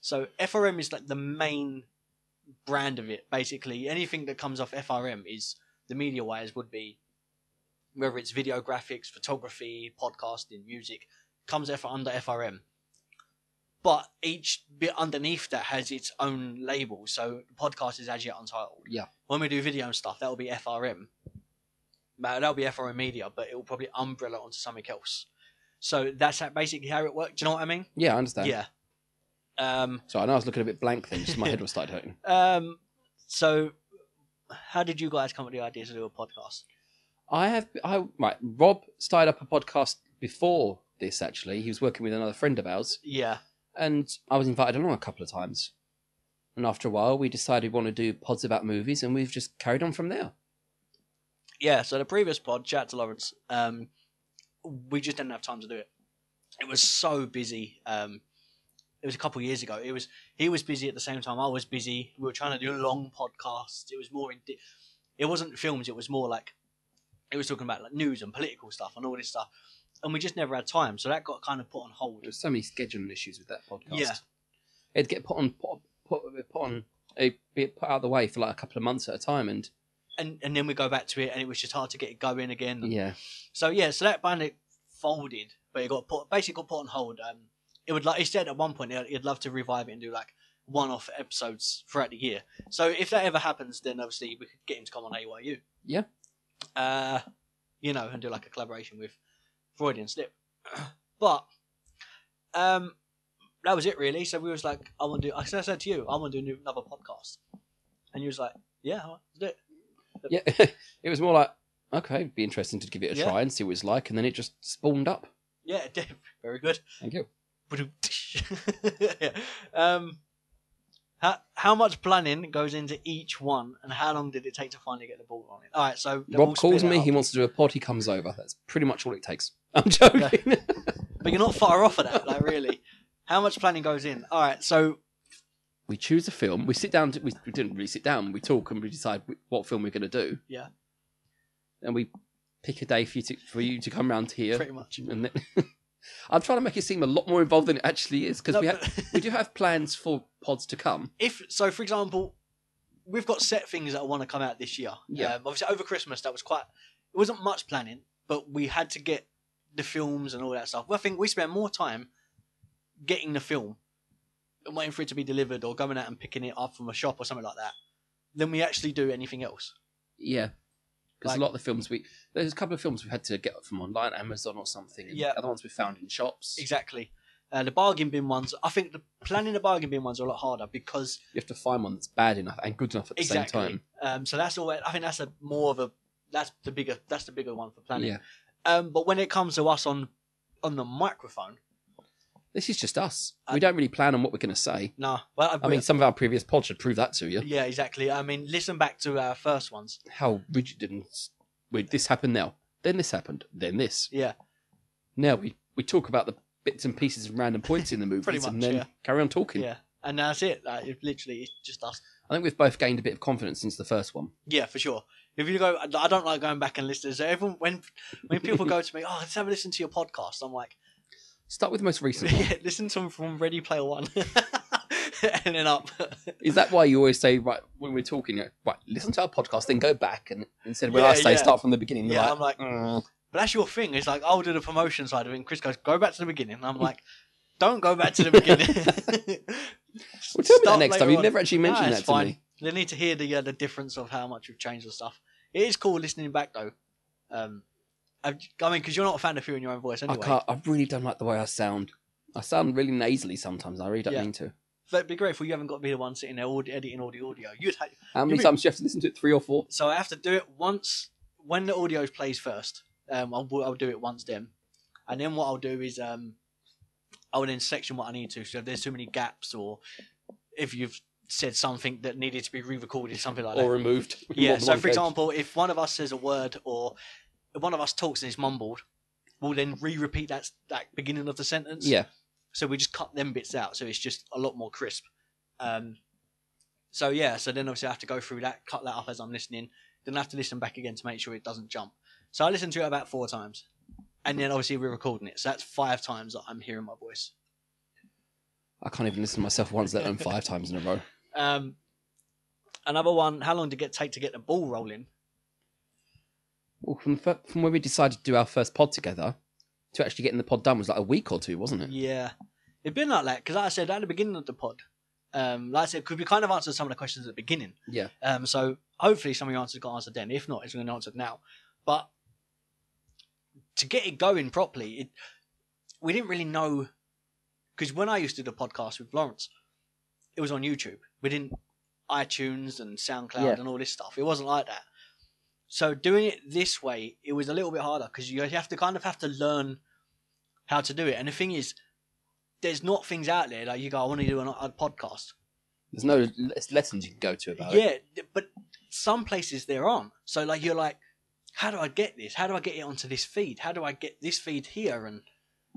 So FRM is like the main brand of it. Basically, anything that comes off FRM is the media wise would be whether it's video graphics, photography, podcasting, music comes F- under FRM. But each bit underneath that has its own label. So the podcast is as yet untitled. Yeah. When we do video and stuff, that'll be FRM. Now, That'll be FRM Media, but it'll probably umbrella onto something else. So that's how- basically how it worked. Do you know what I mean? yeah, I understand. Yeah. Um, So I know I was looking a bit blank then, just my head (laughs) was started hurting. um, so how did you guys come up with the idea to do a podcast? I have, I right. Rob started up a podcast before this. Actually, he was working with another friend of ours, Yeah. and I was invited along a couple of times. And after a while, we decided we want to do pods about movies, and we've just carried on from there. yeah, so the previous pod, chat to Lawrence, um, we just didn't have time to do it. It was so busy. Um, it was a couple of years ago. It was he was busy at the same time I was busy. We were trying to do long podcasts. It was more in, it wasn't films. It was more like it was talking about like news and political stuff and all this stuff. and we just never had time, so that got kind of put on hold. There's so many scheduling issues with that podcast. Yeah. It'd get put on, put, put, put on, it'd be put out of the way for like a couple of months at a time. And And and then we go back to it, and it was just hard to get it going again. yeah, So yeah, so that band it folded, but it got put basically got put on hold. Um, it would like he said at one point he'd he'd love to revive it and do like one-off episodes throughout the year. So if that ever happens, then obviously we could get him to come on AYU. Yeah. Uh, you know, and do like a collaboration with Freudian Slip. (clears throat) but um, that was it really. So we was like, I want to do. I said I said to you, I want to do new- another podcast, and you was like, Yeah, I want to do it. (laughs) yeah. (laughs) it was more like, okay, it'd be interesting to give it a Yeah. try and see what it's like. And then it just spawned up. Yeah, (laughs) it did. very good. Thank you. (laughs) um, how, how much planning goes into each one, and how long did it take to finally get the ball on it? All right, so they're all Rob split calls me. up. He wants to do a pod. He comes over. That's pretty much all it takes. (laughs) I'm joking. but you're not far off of that, like really. How much planning goes in? All right, so (laughs) we choose a film. We sit down. To, we, we didn't really sit down. We talk and we decide wh- what film we're going to do. Yeah. And we pick a day for you to for you to come round here. pretty much. And then, (laughs) I'm trying to make it seem a lot more involved than it actually is because No, we ha- but (laughs) we do have plans for pods to come. if so, for example, we've got set things that I want to come out this year. Yeah. Um, obviously, over Christmas that was quite. It wasn't much planning, but we had to get the films and all that stuff. Well, I think we spent more time getting the film and waiting for it to be delivered, or going out and picking it up from a shop or something like that, than we actually do anything else. Yeah. Because Like- a lot of the films we there's a couple of films we had to get from online, Amazon or something. And Yeah. Other ones we found in shops. Exactly. Uh, the bargain bin ones, I think the planning the bargain bin ones are a lot harder because You have to find one that's bad enough and good enough at the exactly. same time. Um, so that's all. I think that's a more of a that's the bigger that's the bigger one for planning. Yeah. Um, but when it comes to us on on the microphone, This is just us. I- we don't really plan on what we're going to say. nah. Well, I, I mean, some of our previous pods should prove that to you. yeah, exactly. I mean, listen back to our first ones. how rigid and s- wait, this happened now, then this happened, then this. Yeah, Now we, we talk about the bits and pieces and random (laughs) points in the movies Pretty and much, then yeah. carry on talking. yeah, and that's it. Like, it literally, it's just us. I think we've both gained a bit of confidence since the first one. Yeah, for sure. If you go, I don't like going back and listening. So everyone, when when people go to me, oh, let's have a listen to your podcast. I'm like, (laughs) Start with the most recent one. yeah, listen to them from Ready Player One, (laughs) and then up. Is that why you always say, right, when we're talking, uh, right, listen to our podcast, then go back and instead when Yeah, I say yeah. start from the beginning, you're Yeah, like, I'm like, "Mm." But that's your thing. It's like I'll do the promotion side of it. And Chris goes, go back to the beginning. And I'm like, don't go back to the beginning. (laughs) well, tell me that Start next later time. You've on. never actually Nah, mentioned it's that to fine. me. They need to hear the uh, the difference of how much we've changed and stuff. It is cool listening back though. Um, I, I mean, because you're not a fan of hearing your own voice anyway. I can't, I really don't like the way I sound. I sound really nasally sometimes. I really don't Yeah. mean to. So it'd be grateful you haven't got to be the one sitting there aud- editing all the audio. You'd ha- How many mean- times do you have to listen to it? Three or four? so I have to do it once when the audio plays first. Um, I'll, I'll do it once then, and then what I'll do is um, I'll then section what I need to. So if there's too many gaps, or if you've said something that needed to be re-recorded, something like or that. (laughs) removed. in Yeah. one So long for go. example, if one of us says a word, or if one of us talks and is mumbled, we'll then re-repeat that that beginning of the sentence. Yeah. So we just cut them bits out, so it's just a lot more crisp. Um, so yeah, so then obviously I have to go through that, cut that up as I'm listening. Then I have to listen back again to make sure it doesn't jump. So I listened to it about four times, and then obviously we're recording it, so that's five times that I'm hearing my voice. I can't even listen to myself once, let alone five times in a row. Um, another one: How long did it take to get the ball rolling? Well, from, the fir- from when we decided to do our first pod together, to actually getting the pod done was like a week or two, wasn't it? Yeah, it'd been like that because like I said at the beginning of the pod, um, like I said, could we kind of answer some of the questions at the beginning? Yeah. Um, so hopefully some of your answers got answered then. If not, it's going to be answered now. But to get it going properly, it, we didn't really know because when I used to do the podcast with Lawrence, it was on YouTube. We didn't iTunes and SoundCloud Yeah. and all this stuff. It wasn't like that. So doing it this way, it was a little bit harder because you have to kind of have to learn how to do it. And the thing is, there's not things out there like you go, I want to do an, a podcast. There's no less lessons you can go to about it. Yeah, th- but some places there aren't. So like you're like, how do I get this? How do I get it onto this feed? How do I get this feed here? And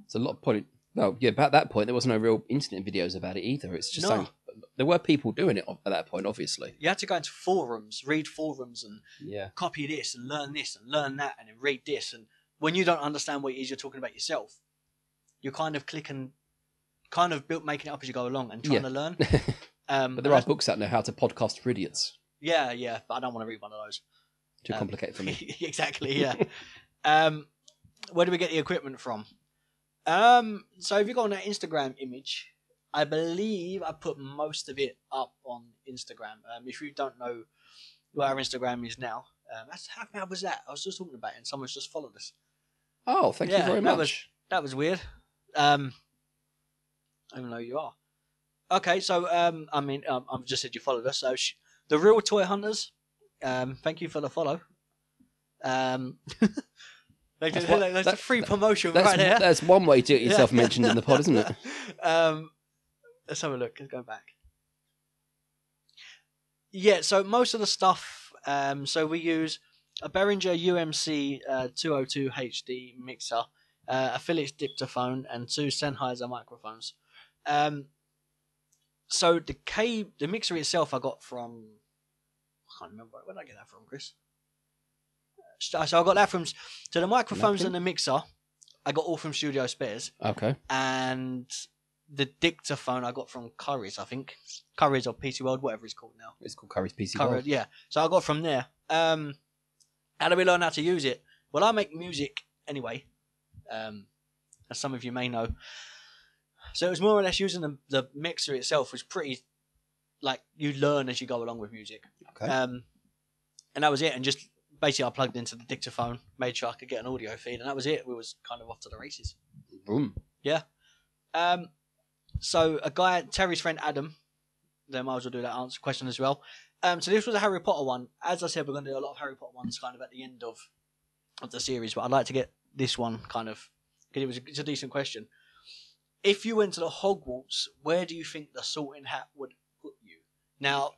It's a lot of point. Well, yeah, about that point, there was no real internet videos about it either. It's just No. something. There were people doing it at that point, obviously. you had to go into forums, read forums, and Yeah. copy this and learn this and learn that, and then read this. And when you don't understand what it is you're talking about yourself, you're kind of clicking, kind of built making it up as you go along and trying to Yeah. (laughs) learn. but Um, there are that's- books out there how to podcast for idiots. Yeah, yeah, but I don't want to read one of those. Too Um, complicated for me. exactly. (laughs) Yeah. um, where do we get the equipment from? Um, so if you go on that Instagram image, I believe I put most of it up on Instagram. Um, if you don't know what our Instagram is now, um, that's how bad was that? I was just talking about it, and someone's just followed us. Oh, thank yeah, you very that much. was- That was weird. Um, I don't even know who you are. Okay, so um, I mean, um, I've just said you followed us. So sh- the real toy hunters, um, thank you for the follow. (laughs) Um, (laughs) that's, That's what- that's a that- free promotion that's, right there. that's one way to get yourself Yeah. mentioned in the pod, isn't it? (laughs) um, let's have a look. Let's go back. Yeah, so most of the stuff. Um, so we use a Behringer UMC uh, 202 HD mixer, uh, a Philips diptaphone, and two Sennheiser microphones. Um, so the K, the mixer itself, I got from. I can't remember where did I get that from, Chris. Uh, So so I got that from. So the microphones Nothing. and the mixer, I got all from Studio Spares Okay. and the dictaphone I got from Curry's, I think. Curry's or PC World, whatever it's called now. It's called Curry's PC. Curry, World. yeah. So I got from there. Um, how do we learn how to use it? Well, I make music anyway, um, as some of you may know. So it was more or less using the, the mixer itself was pretty, like you learn as you go along with music. Okay. Um, and that was it. And just basically, I plugged into the dictaphone, made sure I could get an audio feed, and that was it. We was kind of off to the races. Boom. (laughs) Um, so a guy, Terry's friend Adam, then might as well do that answer question as well. Um, so this was a Harry Potter one. As I said, we're going to do a lot of Harry Potter ones kind of at the end of of the series, but I'd like to get this one kind of because it was a, it's a decent question. If you went to the Hogwarts, where do you think the Sorting Hat would put you? Now,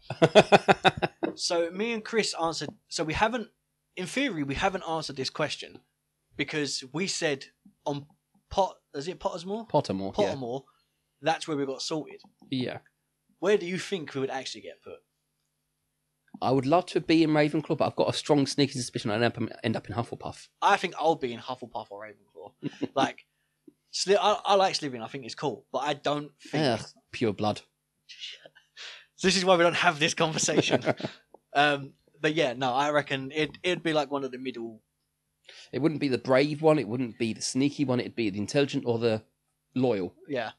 so me and Chris answered. So we haven't, in theory, we haven't answered this question because we said on Pot. Is it Potter's Moor? Pottermore. yeah. Pottermore, that's where we got sorted. Yeah. Where do you think we would actually get put? I would love to be in Ravenclaw, but I've got a strong sneaky suspicion I'd end up- end up in Hufflepuff. I think I'll be in Hufflepuff or Ravenclaw. like, sli- I, I like Slytherin. I think it's cool, but I don't think Ugh, (laughs) pure blood. this is why we don't have this (laughs) conversation. um, but yeah, no, I reckon it it'd be like one of the middle. It wouldn't be the brave one. It wouldn't be the sneaky one. It'd be the intelligent or the loyal. Yeah,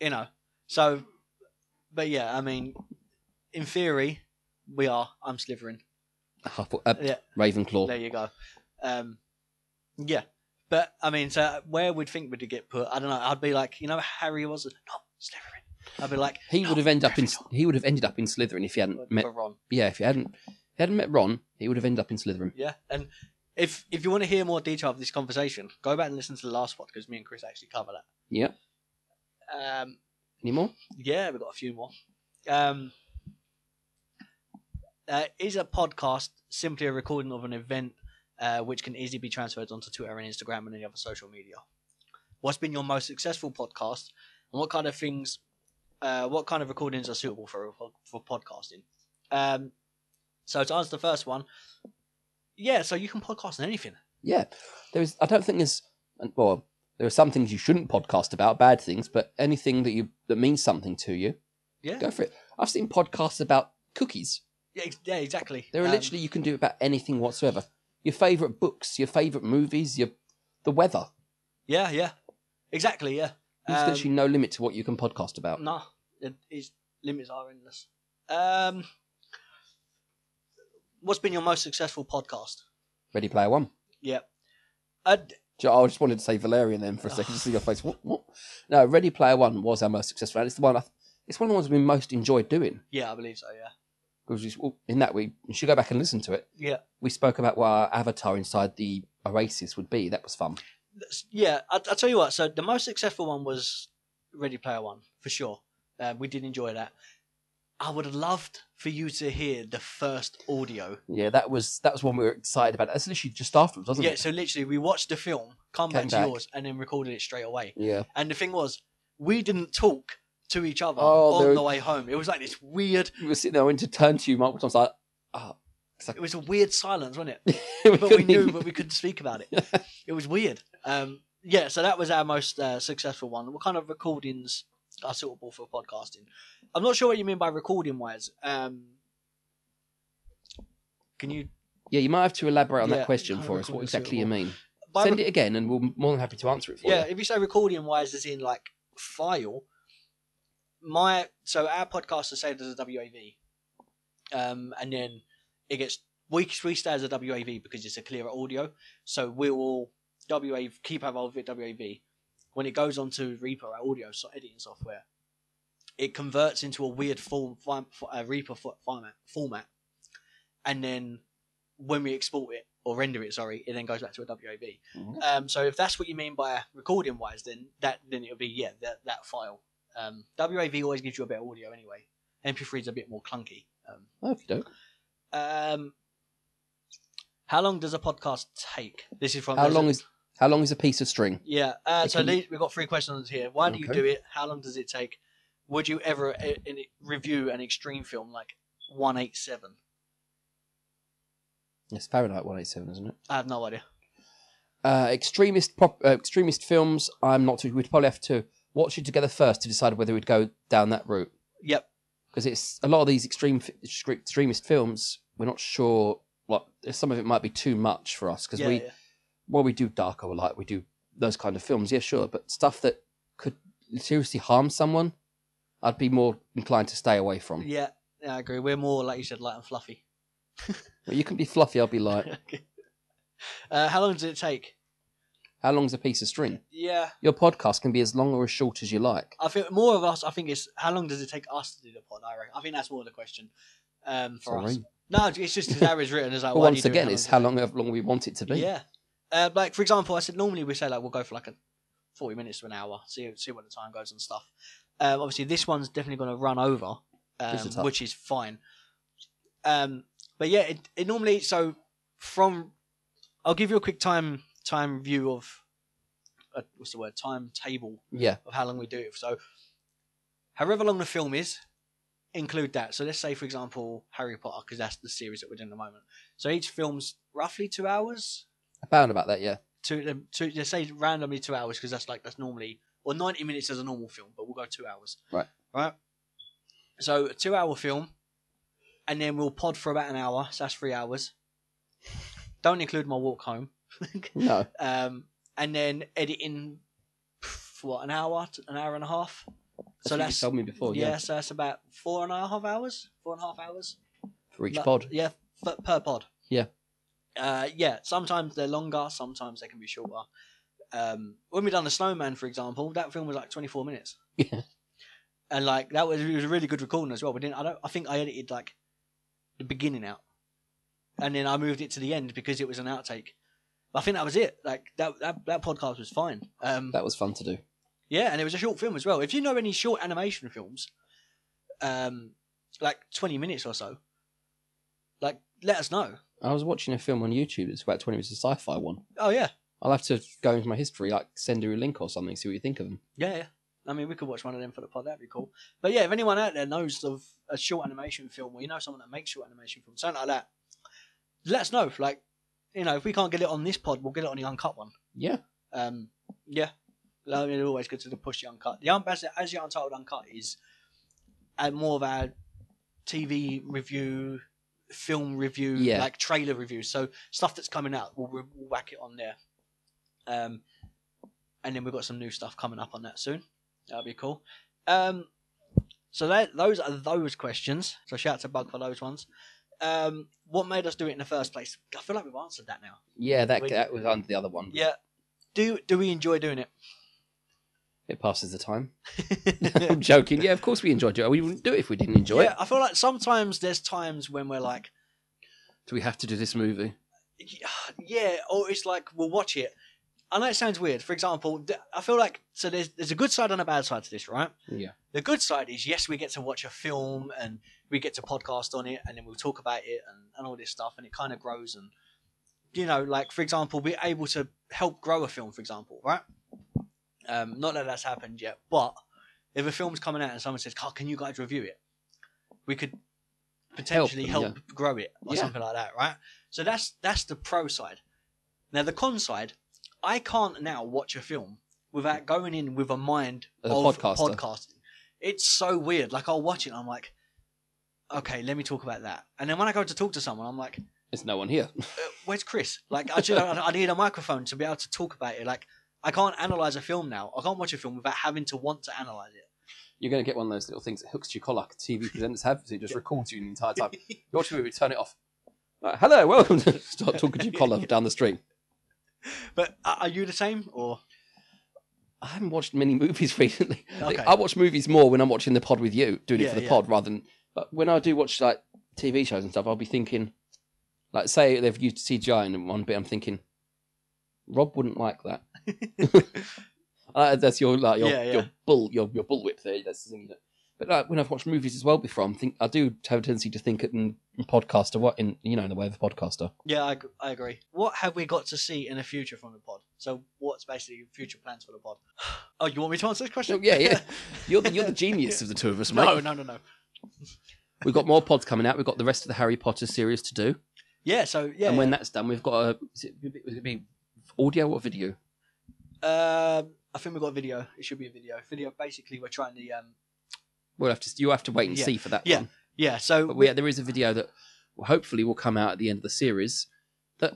you know. So, but yeah, I mean, in theory, we are. I'm Slytherin. Huffle, uh, Yeah. Ravenclaw. There you go. Um, yeah, but I mean, so where would think would you get put? I don't know. I'd be like, you know, Harry was not Slytherin. I'd be like, He would have ended up in. Ravenclaw. He would have ended up in Slytherin if he hadn't met. for Ron. Yeah, if he hadn't. If he hadn't met Ron, he would have ended up in Slytherin. Yeah, and if if you want to hear more detail of this conversation, go back and listen to the last one because me and Chris actually cover that. Yeah. Um, Anymore? yeah, we've got a few more. Um, uh, is a podcast simply a recording of an event uh, which can easily be transferred onto Twitter and Instagram and any other social media? What's been your most successful podcast, and what kind of things, uh, what kind of recordings are suitable for for podcasting? Um, so to answer the first one, yeah, so you can podcast on anything. Yeah. There is. I don't think there's. and- Well, there are some things you shouldn't podcast about, bad things, but anything that you that means something to you, Yeah, go for it. I've seen podcasts about cookies. yeah, ex- yeah exactly. There are Um, literally you can do about anything whatsoever. Your favourite books, your favourite movies, your the weather. yeah, yeah, exactly, yeah. There's Um, literally no limit to what you can podcast about. No, it, his limits are endless. Um, what's been your most successful podcast? Ready Player One. Yep. Uh, Jo- I just wanted to say Valerian then for a second, just see your face. What, what? No, Ready Player One was our most successful. And it's the one. I, th- it's one of the ones we most enjoyed doing yeah, I believe so. Yeah. because we- well, in that we you should go back and listen to it. Yeah. We spoke about what our avatar inside the Oasis would be. That was fun. That's- yeah. I, I'll tell you what. So the most successful one was Ready Player One for sure. Uh, we did enjoy that. I would have loved for you to hear the first (laughs) audio. Yeah, that was that was one we were excited about. That's literally just afterwards, wasn't yeah. it? So literally, we watched the film, come back Came to back. yours, and then recorded it straight away. Yeah. And the thing was, we didn't talk to each other Oh, on there- the way home. It was like this weird We were sitting there, I went to turn to you multiple times, like, ah, It's like- It was a weird silence, wasn't it? (laughs) we but we couldn't knew, even- but we couldn't speak about it. It was weird. Um, yeah, so that was our most uh, successful one. What kind of recordings are suitable for podcasting? I'm not sure what you mean by recording wise. Um, can you Yeah, you might have to elaborate on Yeah, that question I for us. recall What this exactly you little- mean? by Send re- it again, and we'll more than happy to answer it for Yeah, you. if you say recording wise, as in like file, my so our podcast is saved as a WAV, um, and then it gets we we stay as a WAV because it's a clearer audio. So we will WAV keep our old WAV. When it goes onto Reaper, our audio so editing software, it converts into a weird form, form uh, Reaper fo- format, format, and then when we export it or render it, sorry, it then goes back to a WAV. Mhm. Um, so if that's what you mean by recording wise, then that then it'll be yeah that that file. Um, WAV always gives you a better audio anyway. MP3 is a bit more clunky. Um, Okey doke. um, how long does a podcast take? This is from How long is how long is a piece of string? yeah. Uh, It so can- these, we've got three questions here. Why do you Okay. do it? How long does it take? Would you ever uh, in, review an extreme film like 187? It's Fahrenheit 187, isn't it? I have no idea. Uh, extremist prop, uh, extremist films. I'm not too. We'd probably have to watch it together first to decide whether we'd go down that route Yep. because it's a lot of these extreme fi- extre- extremist films. We're not sure what some of it might be too much for us because Yeah, we yeah. while we do dark or light, we do those kind of films. Yeah, sure, but stuff that could seriously harm someone, I'd be more inclined to stay away from. yeah, yeah, I agree. We're more like you said, light and fluffy. Well, you can be fluffy. I'll be light. (laughs) Uh, how long does it take? How long's a piece of string? Yeah, Your podcast can be as long or as short as you like. I think more of us. I think it's how long does it take us to do the pod? I reckon. I think that's more the question. Um, for us, Sorry. no, it's just as Harry's written as like. But why do once you do it? again, it's how long, how long we want it to be. Yeah. Uh, like for example, I said normally we say like we'll go for like a forty minutes to an hour, see see what the time goes and stuff. Um, obviously, this one's definitely going to run over, um, Just a touch. which is fine. Um, but yeah, it, it normally so from I'll give you a quick time time view of uh, what's the word timetable Yeah. of how long we do it. So, however long the film is, include that. So let's say, for example, Harry Potter, because that's the series that we're doing at the moment. So each film's roughly two hours. About about that. Yeah. Two, um, two just say randomly two hours because that's like that's normally or ninety minutes as a normal film, but we'll go two hours. Right. Right. So a two-hour film, and then we'll pod for about an hour. So that's three hours. Don't include my walk home. (laughs) No. um, and then editing for what an hour, to- an hour and a half. That's so what that's you told me before. yeah, Yeah. So that's about four and a half hours. Four and a half hours. For each Like- pod. Yeah, f- per pod. Yeah. Uh, yeah. Sometimes they're longer. Sometimes they can be shorter. Um, when we done the Snowman, for example, that film was like twenty four minutes. Yeah. And like that was it was a really good recording as well. We didn't. I don't. I think I edited like the beginning out, and then I moved it to the end because it was an outtake. I think that was it. Like that that, that podcast was fine. Um, That was fun to do. yeah, and it was a short film as well. If you know any short animation films, um, like twenty minutes or so, like let us know. I was watching a film on YouTube. It's about twenty minutes. A sci-fi one. Oh yeah, I'll have to go into my history, like send you a link or something, see what you think of them. yeah, yeah. I mean, we could watch one of them for the pod. That'd be cool. But yeah, if anyone out there knows of a short animation film, or you know someone that makes short animation films, something like that, let us know. Like, you know, if we can't get it on this pod, we'll get it on the uncut one. Yeah. Um, yeah, I mean, it's always good to push the uncut. The un- as, as the untitled uncut is uh, more of our TV review, film review, Yeah. like trailer review. So stuff that's coming out, we'll, re- we'll whack it on there. Um, and then we've got some new stuff coming up on that soon. That'll be cool. Um, so that those are those questions. So shout out to Bug for those ones. Um, what made us do it in the first place? I feel like we've answered that now. Yeah, that We- that was under the other one. Yeah. Do do we enjoy doing it? It passes (laughs) the time. I'm joking. Yeah, of course we enjoyed it. We wouldn't do it if we didn't enjoy yeah, it. I feel like sometimes there's times when we're like, (sighs) Do we have to do this movie? yeah, or it's like we'll watch it. I know it sounds weird. For example, th- I feel like so there's there's a good side and a bad side to this, right? Yeah. The good side is yes, we get to watch a film and we get to podcast on it, and then we'll talk about it and, and all this stuff, and it kind of grows and you know, like for example, we're able to help grow a film, for example, right? Um, not that that's happened yet, but if a film's coming out and someone says, oh, "Can you guys review it?" We could potentially them, help, grow it or Yeah. something like that, right? So that's that's the pro side. Now the con side, I can't now watch a film without going in with a mind As a of podcaster. podcasting. It's so weird. Like I'll watch it, and I'm like, okay, let me talk about that. And then when I go to talk to someone, I'm like, There's no one here. uh, where's Chris? Like I just I need a microphone to be able to talk about it. Like I can't analyze a film now. I can't watch a film without having to want to analyze it. You're going to get one of those little things that hooks to your collar. like TV presenters have, so it just records you the entire time. You watch a movie, turn it off. Like, Hello, welcome. to-" (laughs) Start talking to your collar down the street. But are are you the same or I haven't watched many movies (laughs) recently. Okay. I watch movies more when I'm watching the pod with you, doing it Yeah, for the yeah. pod rather than. But when I do watch like TV shows and stuff, I'll be thinking, like, say they've used CGI in one bit, I'm thinking, Rob wouldn't like (laughs) that. (laughs) uh, that's your like your Yeah, yeah. your bull your your bullwhip there. That's the thing. That, but like when I've watched movies as well before, I'm think I do have a tendency to think it in, in podcaster what in you know in the way of (laughs) a podcaster. Yeah, I, ag- I agree. What have we got to see in the future from the pod? So, what's basically future plans for the pod? (sighs) Oh, you want me to answer this No, question? yeah, (laughs) yeah. You're the, you're the genius of the two of us, mate. no, no, no, no. We've got more pods coming out. We've got the rest of the Harry Potter series to do. Yeah, so yeah, and when that's done, we've got a. Is it, is it gonna be audio or video? um, I think we've got a video. It should be a video. Video. Basically, we're trying to. Um, We'll have to. You have to wait and Yeah. see for that. Yeah. one. yeah, so But we, there is a video that will hopefully will come out at the end of the series. That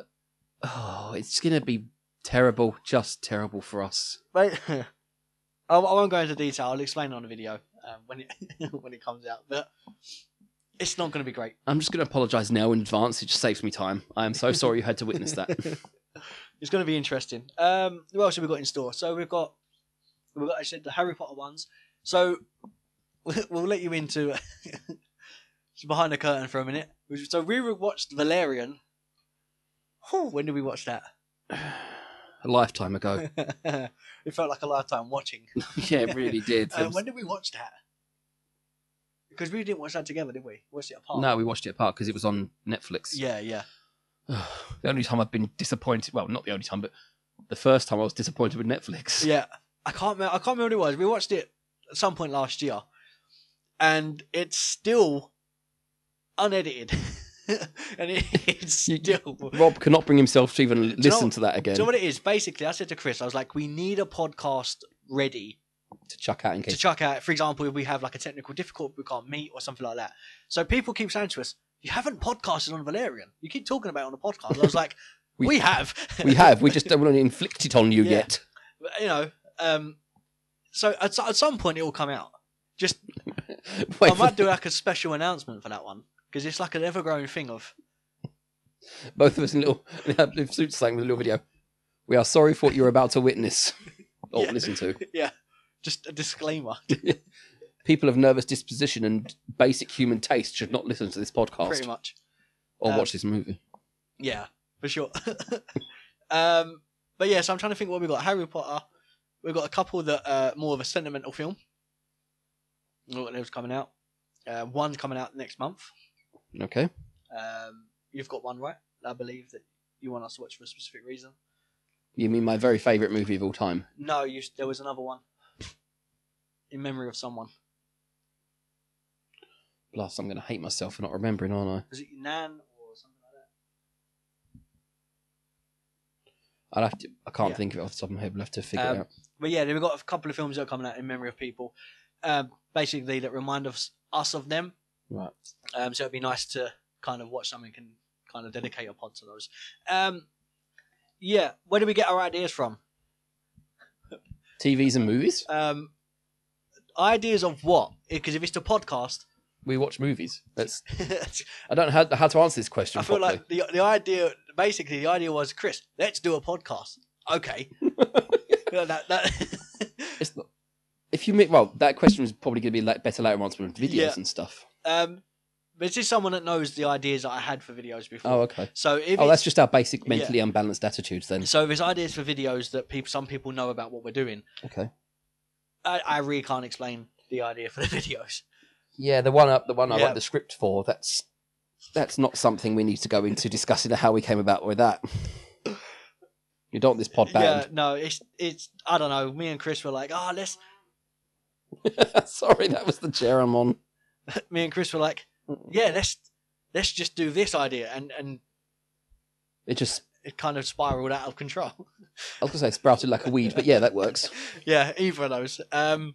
oh, it's gonna be terrible, just terrible for us. (laughs) Wait, I, I won't go into detail. I'll explain it on the video um, when it (laughs) when it comes out. But it's not going to be great. I'm just gonna apologise now in advance. It just saves me time. I (laughs) am so sorry you had to witness that. It's going to be interesting. Um, what else have we got in store? So we've got, we've got, I said the Harry Potter ones. So (laughs) we'll we'll let you into (laughs) just behind the curtain for a minute. So we watched Valerian. Whew, when did we watch that? a lifetime (laughs) ago. it felt like a lifetime watching. yeah, it really did. Um, when did we watch that? Because we didn't watch that together, did we? We Watched it apart. No, we watched it apart because it was on Netflix. Yeah, yeah. (sighs) the only time I've been disappointed. Well, not the only time, but the first time I was disappointed with Netflix. Yeah, I can't. Remember, I can't remember what it was. We watched it at some point last year, and it's still unedited, (laughs) and it, it's (laughs) You- still. Do (laughs) Rob cannot bring himself to even you know listen what- to that again you know what it is? Basically, I said to Chris, I was like, "We need a podcast ready to chuck out in to case. chuck out. For example, if we have like a technical difficulty, we can't meet or something like that." So people keep saying to us, "You haven't podcasted on Valerian. You keep talking about it on the podcast." I was like, (laughs) We- "We, have. we (laughs) have. We just don't want to inflict it on you Yeah. yet. (laughs) you know." Um, so at, so- at some point, it will come out. Just Wait I for might do like a special announcement for that one because it's like an ever-growing thing of both of us in little (laughs) in a little suit slang with a little video. We are sorry for what you're about (laughs) to witness or Yeah. listen to. just a disclaimer, (laughs) People of nervous disposition and basic human taste should not listen to this pretty podcast much. or Um, watch this movie. Yeah, for sure. (laughs) um, but yeah, so I'm trying to think what we got. Harry Potter. We've got a couple that uh, more of a sentimental film. What else coming out? Uh, one's coming out next month. Okay. Um, you've got one right, I believe that you want us to watch for a specific reason. You mean my very favourite movie of all time? No, you. There was another one in memory of someone. Plus, I'm going to hate myself for not remembering, aren't Was it your nan or something like that? I? I'd have to. I can't Yeah. think of it off the top of my head. We'll have to figure Um, it out. But yeah, then we've got a couple of films that are coming out in memory of people, um, basically that remind us us of them. Right. Um, so it'd be nice to kind of watch something and kind of dedicate a pod to those. Um, yeah, where do we get our ideas from? TVs and movies. Um, ideas of what? Because if it's the podcast, (laughs) We watch movies. That's. I I don't know how, how to answer this question. feel properly. like the the idea basically the idea was Chris, let's do a podcast. Okay. (laughs) Yeah, that- that- (laughs) It's not. If you make well, that question is probably going to be like better later once we're on videos Yeah. and stuff. um, but this is someone that knows the ideas that I had for videos before. Oh, okay. So if Oh, it's- that's just our basic mentally unbalanced attitudes then. So there's ideas for videos that people, some people know about what we're doing. Okay. I, I really can't explain the idea for the (laughs) videos. Yeah, the one up, the one I Yeah. wrote the script for. That's that's not something we need to go into discussing how we came about with that. You don't want this pod Yeah, banned. no, it's it's I don't know. Me and Chris were like, oh, let's. (laughs) Sorry, that was the chair I'm on. Me and Chris were like, yeah, let's let's just do this idea, and and It just, it kind of spiraled out of control. (laughs) I was going to say sprouted like a weed, but yeah, that works. yeah, either of those. Um,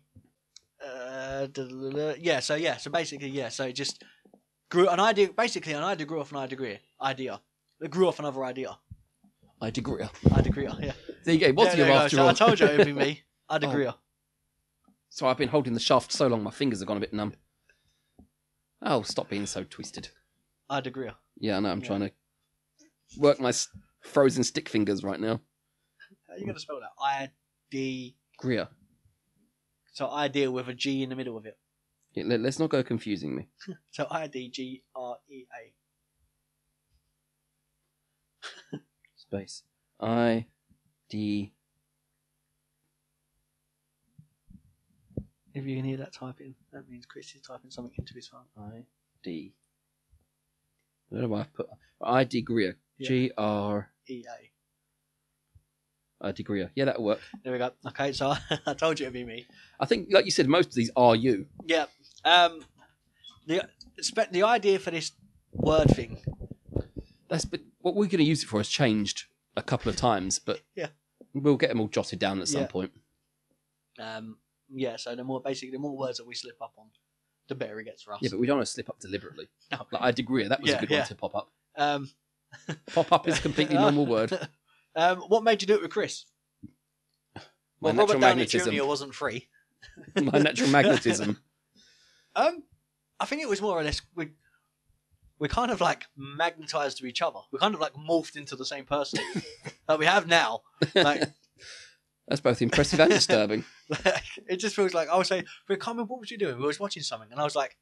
uh, duh, duh, duh, duh. yeah, so yeah, so basically, yeah, so it just grew an idea. Basically, an idea grew off an idea. Idea. It grew off another idea. I degree. Idea. (laughs) Yeah. There you go. What's yeah, there your you go. after So all? Oh. I told you it'd be me. Idea. (laughs) So I've been holding the shaft so long, my fingers have gone a bit numb. Oh, stop being so twisted. Idea. Yeah, I know. I'm Yeah. trying to work my s- frozen stick fingers right now. How are you gonna spell that? I D. Greer. So idea with a G in the middle of it. Yeah, let- Let's not go confusing me. So I D G R E A. Space. I. D. If you can hear that typing, that means Chris is typing something into his phone. I. D. Where do I put? I. D. Greer. Yeah. G. R. E A. I. D. Greer. Yeah, that'll work. There we go. Okay, so (laughs) I told you it'd be me. I think, like you said, most of these are you. Yeah. Um. The spe- the idea for this word thing. That's but what we're going to use it for has changed a couple of times, but (laughs) Yeah. we'll get them all jotted down at some Yeah. point. Um. Yeah. So the more basically, the more words that we slip up on, the better it gets for us. Yeah, but we don't want to slip up deliberately. No. Like I degree, that was Yeah, a good yeah. one to pop up. um. Pop up is a completely normal word. Um. What made you do it with Chris? My Well, natural Robert Downey magnetism. Jr. wasn't free. My natural (laughs) magnetism. Um, I think it was more or less we we're kind of like magnetized to each other. We're kind of like morphed into the same (laughs) person that we have now. Like, That's both impressive and disturbing. like, it just feels like I was saying, "We're coming. What was you doing? We was watching something," and I was like,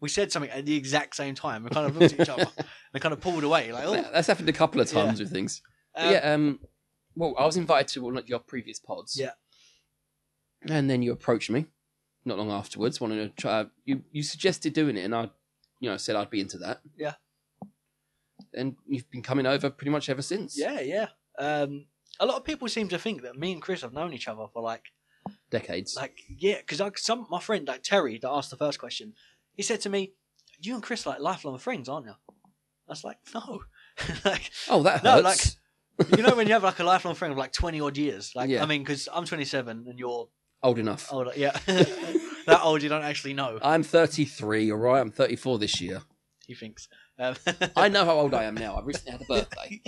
"We said something at the exact same time." We kind of looked at each (laughs) other and kind of pulled away. Like, oh, Yeah, That's happened a couple of times with things. But um, yeah, um, well, I was invited to one of your previous pods. Yeah. And then you approached me not long afterwards, wanting to try. You, you suggested doing it, and I, you know, said I'd be into that. Yeah. And you've been coming over pretty much ever since. yeah, yeah. Um, a lot of people seem to think that me and Chris have known each other for like Decades. like yeah because like some my friend like terry that asked the first question he said to me you and chris are like lifelong friends aren't you i was like no (laughs) like oh, that No, hurts. like- you know when you have like a lifelong friend of like 20 odd years like Yeah. i mean because i'm 27 and you're Old enough. older yeah (laughs) that old you don't actually know I'm 33, all right? I'm 34 this year. he thinks um, (laughs) I know how old I am now. I recently had a birthday.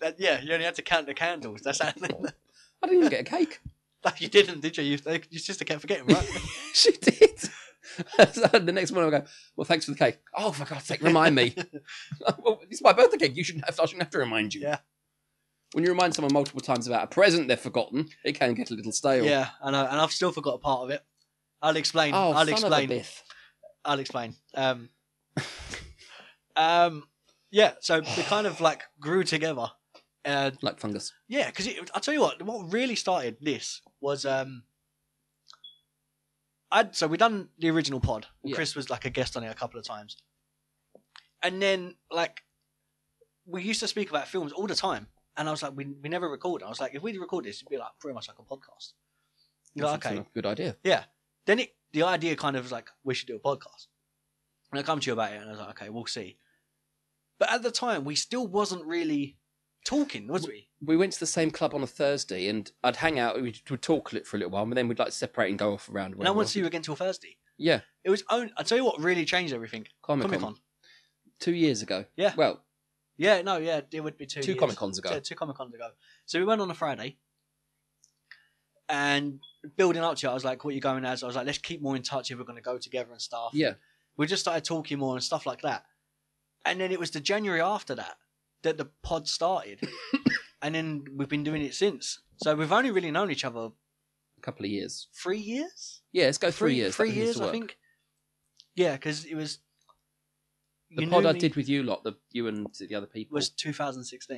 that, yeah you only had to count the candles that's how (laughs) I didn't even get a cake. like, you didn't did you you your sister kept forgetting (laughs) right she did. so the next morning, I go, Well, thanks for the cake. Oh, for God's sake, (laughs) remind me. (laughs) well, it's my birthday cake. You shouldn't have, I shouldn't have to remind you. Yeah. When you remind someone multiple times about a present they've forgotten, it can get a little stale. yeah i know and i've still forgot a part of it i'll explain Oh, i'll son explain of a biff. I'll explain. Um, um, yeah, so we kind of like grew together. Uh, Like fungus. yeah, because I'll tell you what, what really started this was um, I'd so we done the original pod. Yeah. Chris was like a guest on it a couple of times, and then like we used to speak about films all the time, and I was like, we, we never record. I was like, if we record this, it'd be like pretty much like a podcast. You're like, That's a okay, Good idea. then it, the idea kind of was like we should do a podcast and i come to you about it and i was like okay we'll see but at the time we still wasn't really talking was we We went to the same club on a Thursday and I'd hang out. We'd, we'd talk for a little while, but then we'd like separate and go off around. and i won't see you again till thursday Yeah. it was only i tell you what really changed everything Comic comic Con. con Two years ago. Yeah. Well, yeah no yeah it would be two two years. Comic Cons ago. Yeah, two Comic Cons ago. So we went on a Friday, and building up to it, I was like, "What are you going as?" I was like, "Let's keep more in touch if we're going to go together and stuff." Yeah. we just started talking more and stuff like that, and then it was the January after that that the pod (laughs) started, and then we've been doing it since. So we've only really known each other A couple of years. three years. Yeah, let's go Oh, three, years. Three That needs years, to I work. think. Yeah, because it was. The you pod knew I me did with you lot, the you and the other people. was 2016.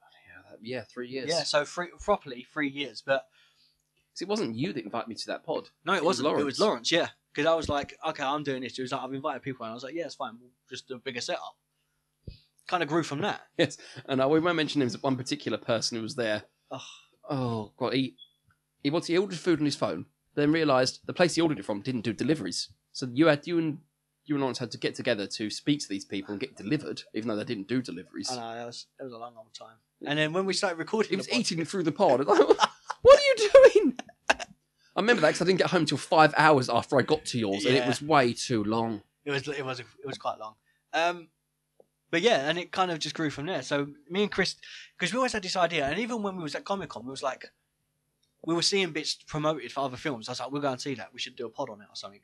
yeah, that- yeah, three years. Yeah, so three, properly three years, but 'Cause it wasn't you that invited me to that pod. No, it, was wasn't. It was Lawrence. Lawrence, yeah. Because I was like, okay, I'm doing this. He was like, I've invited people, and I was like, yeah, it's fine. We'll just do a bigger setup. Kind of grew from that. Yes, and I, we won't mention him. but One particular person who was there. Ugh. Oh god, he he wanted he ordered food on his phone, then realised the place he ordered it from didn't do deliveries. So you had you and you and Lawrence had to get together to speak to these people and get delivered, even though they didn't do deliveries. I know that was that was a long, long time. And then when we started recording, It was the pod- eating through the pod. (laughs) I'm like, what are you doing? I remember that because I didn't get home till five hours after I got to yours, and it Yeah. was way too long. It was it was it was quite long. Um, but yeah, and it kind of just grew from there. So me and Chris, because we always had this idea, and even when we was at Comic Con, we was like, we were seeing bits promoted for other films. I was like, we're going to see that. We should do a pod on it or something.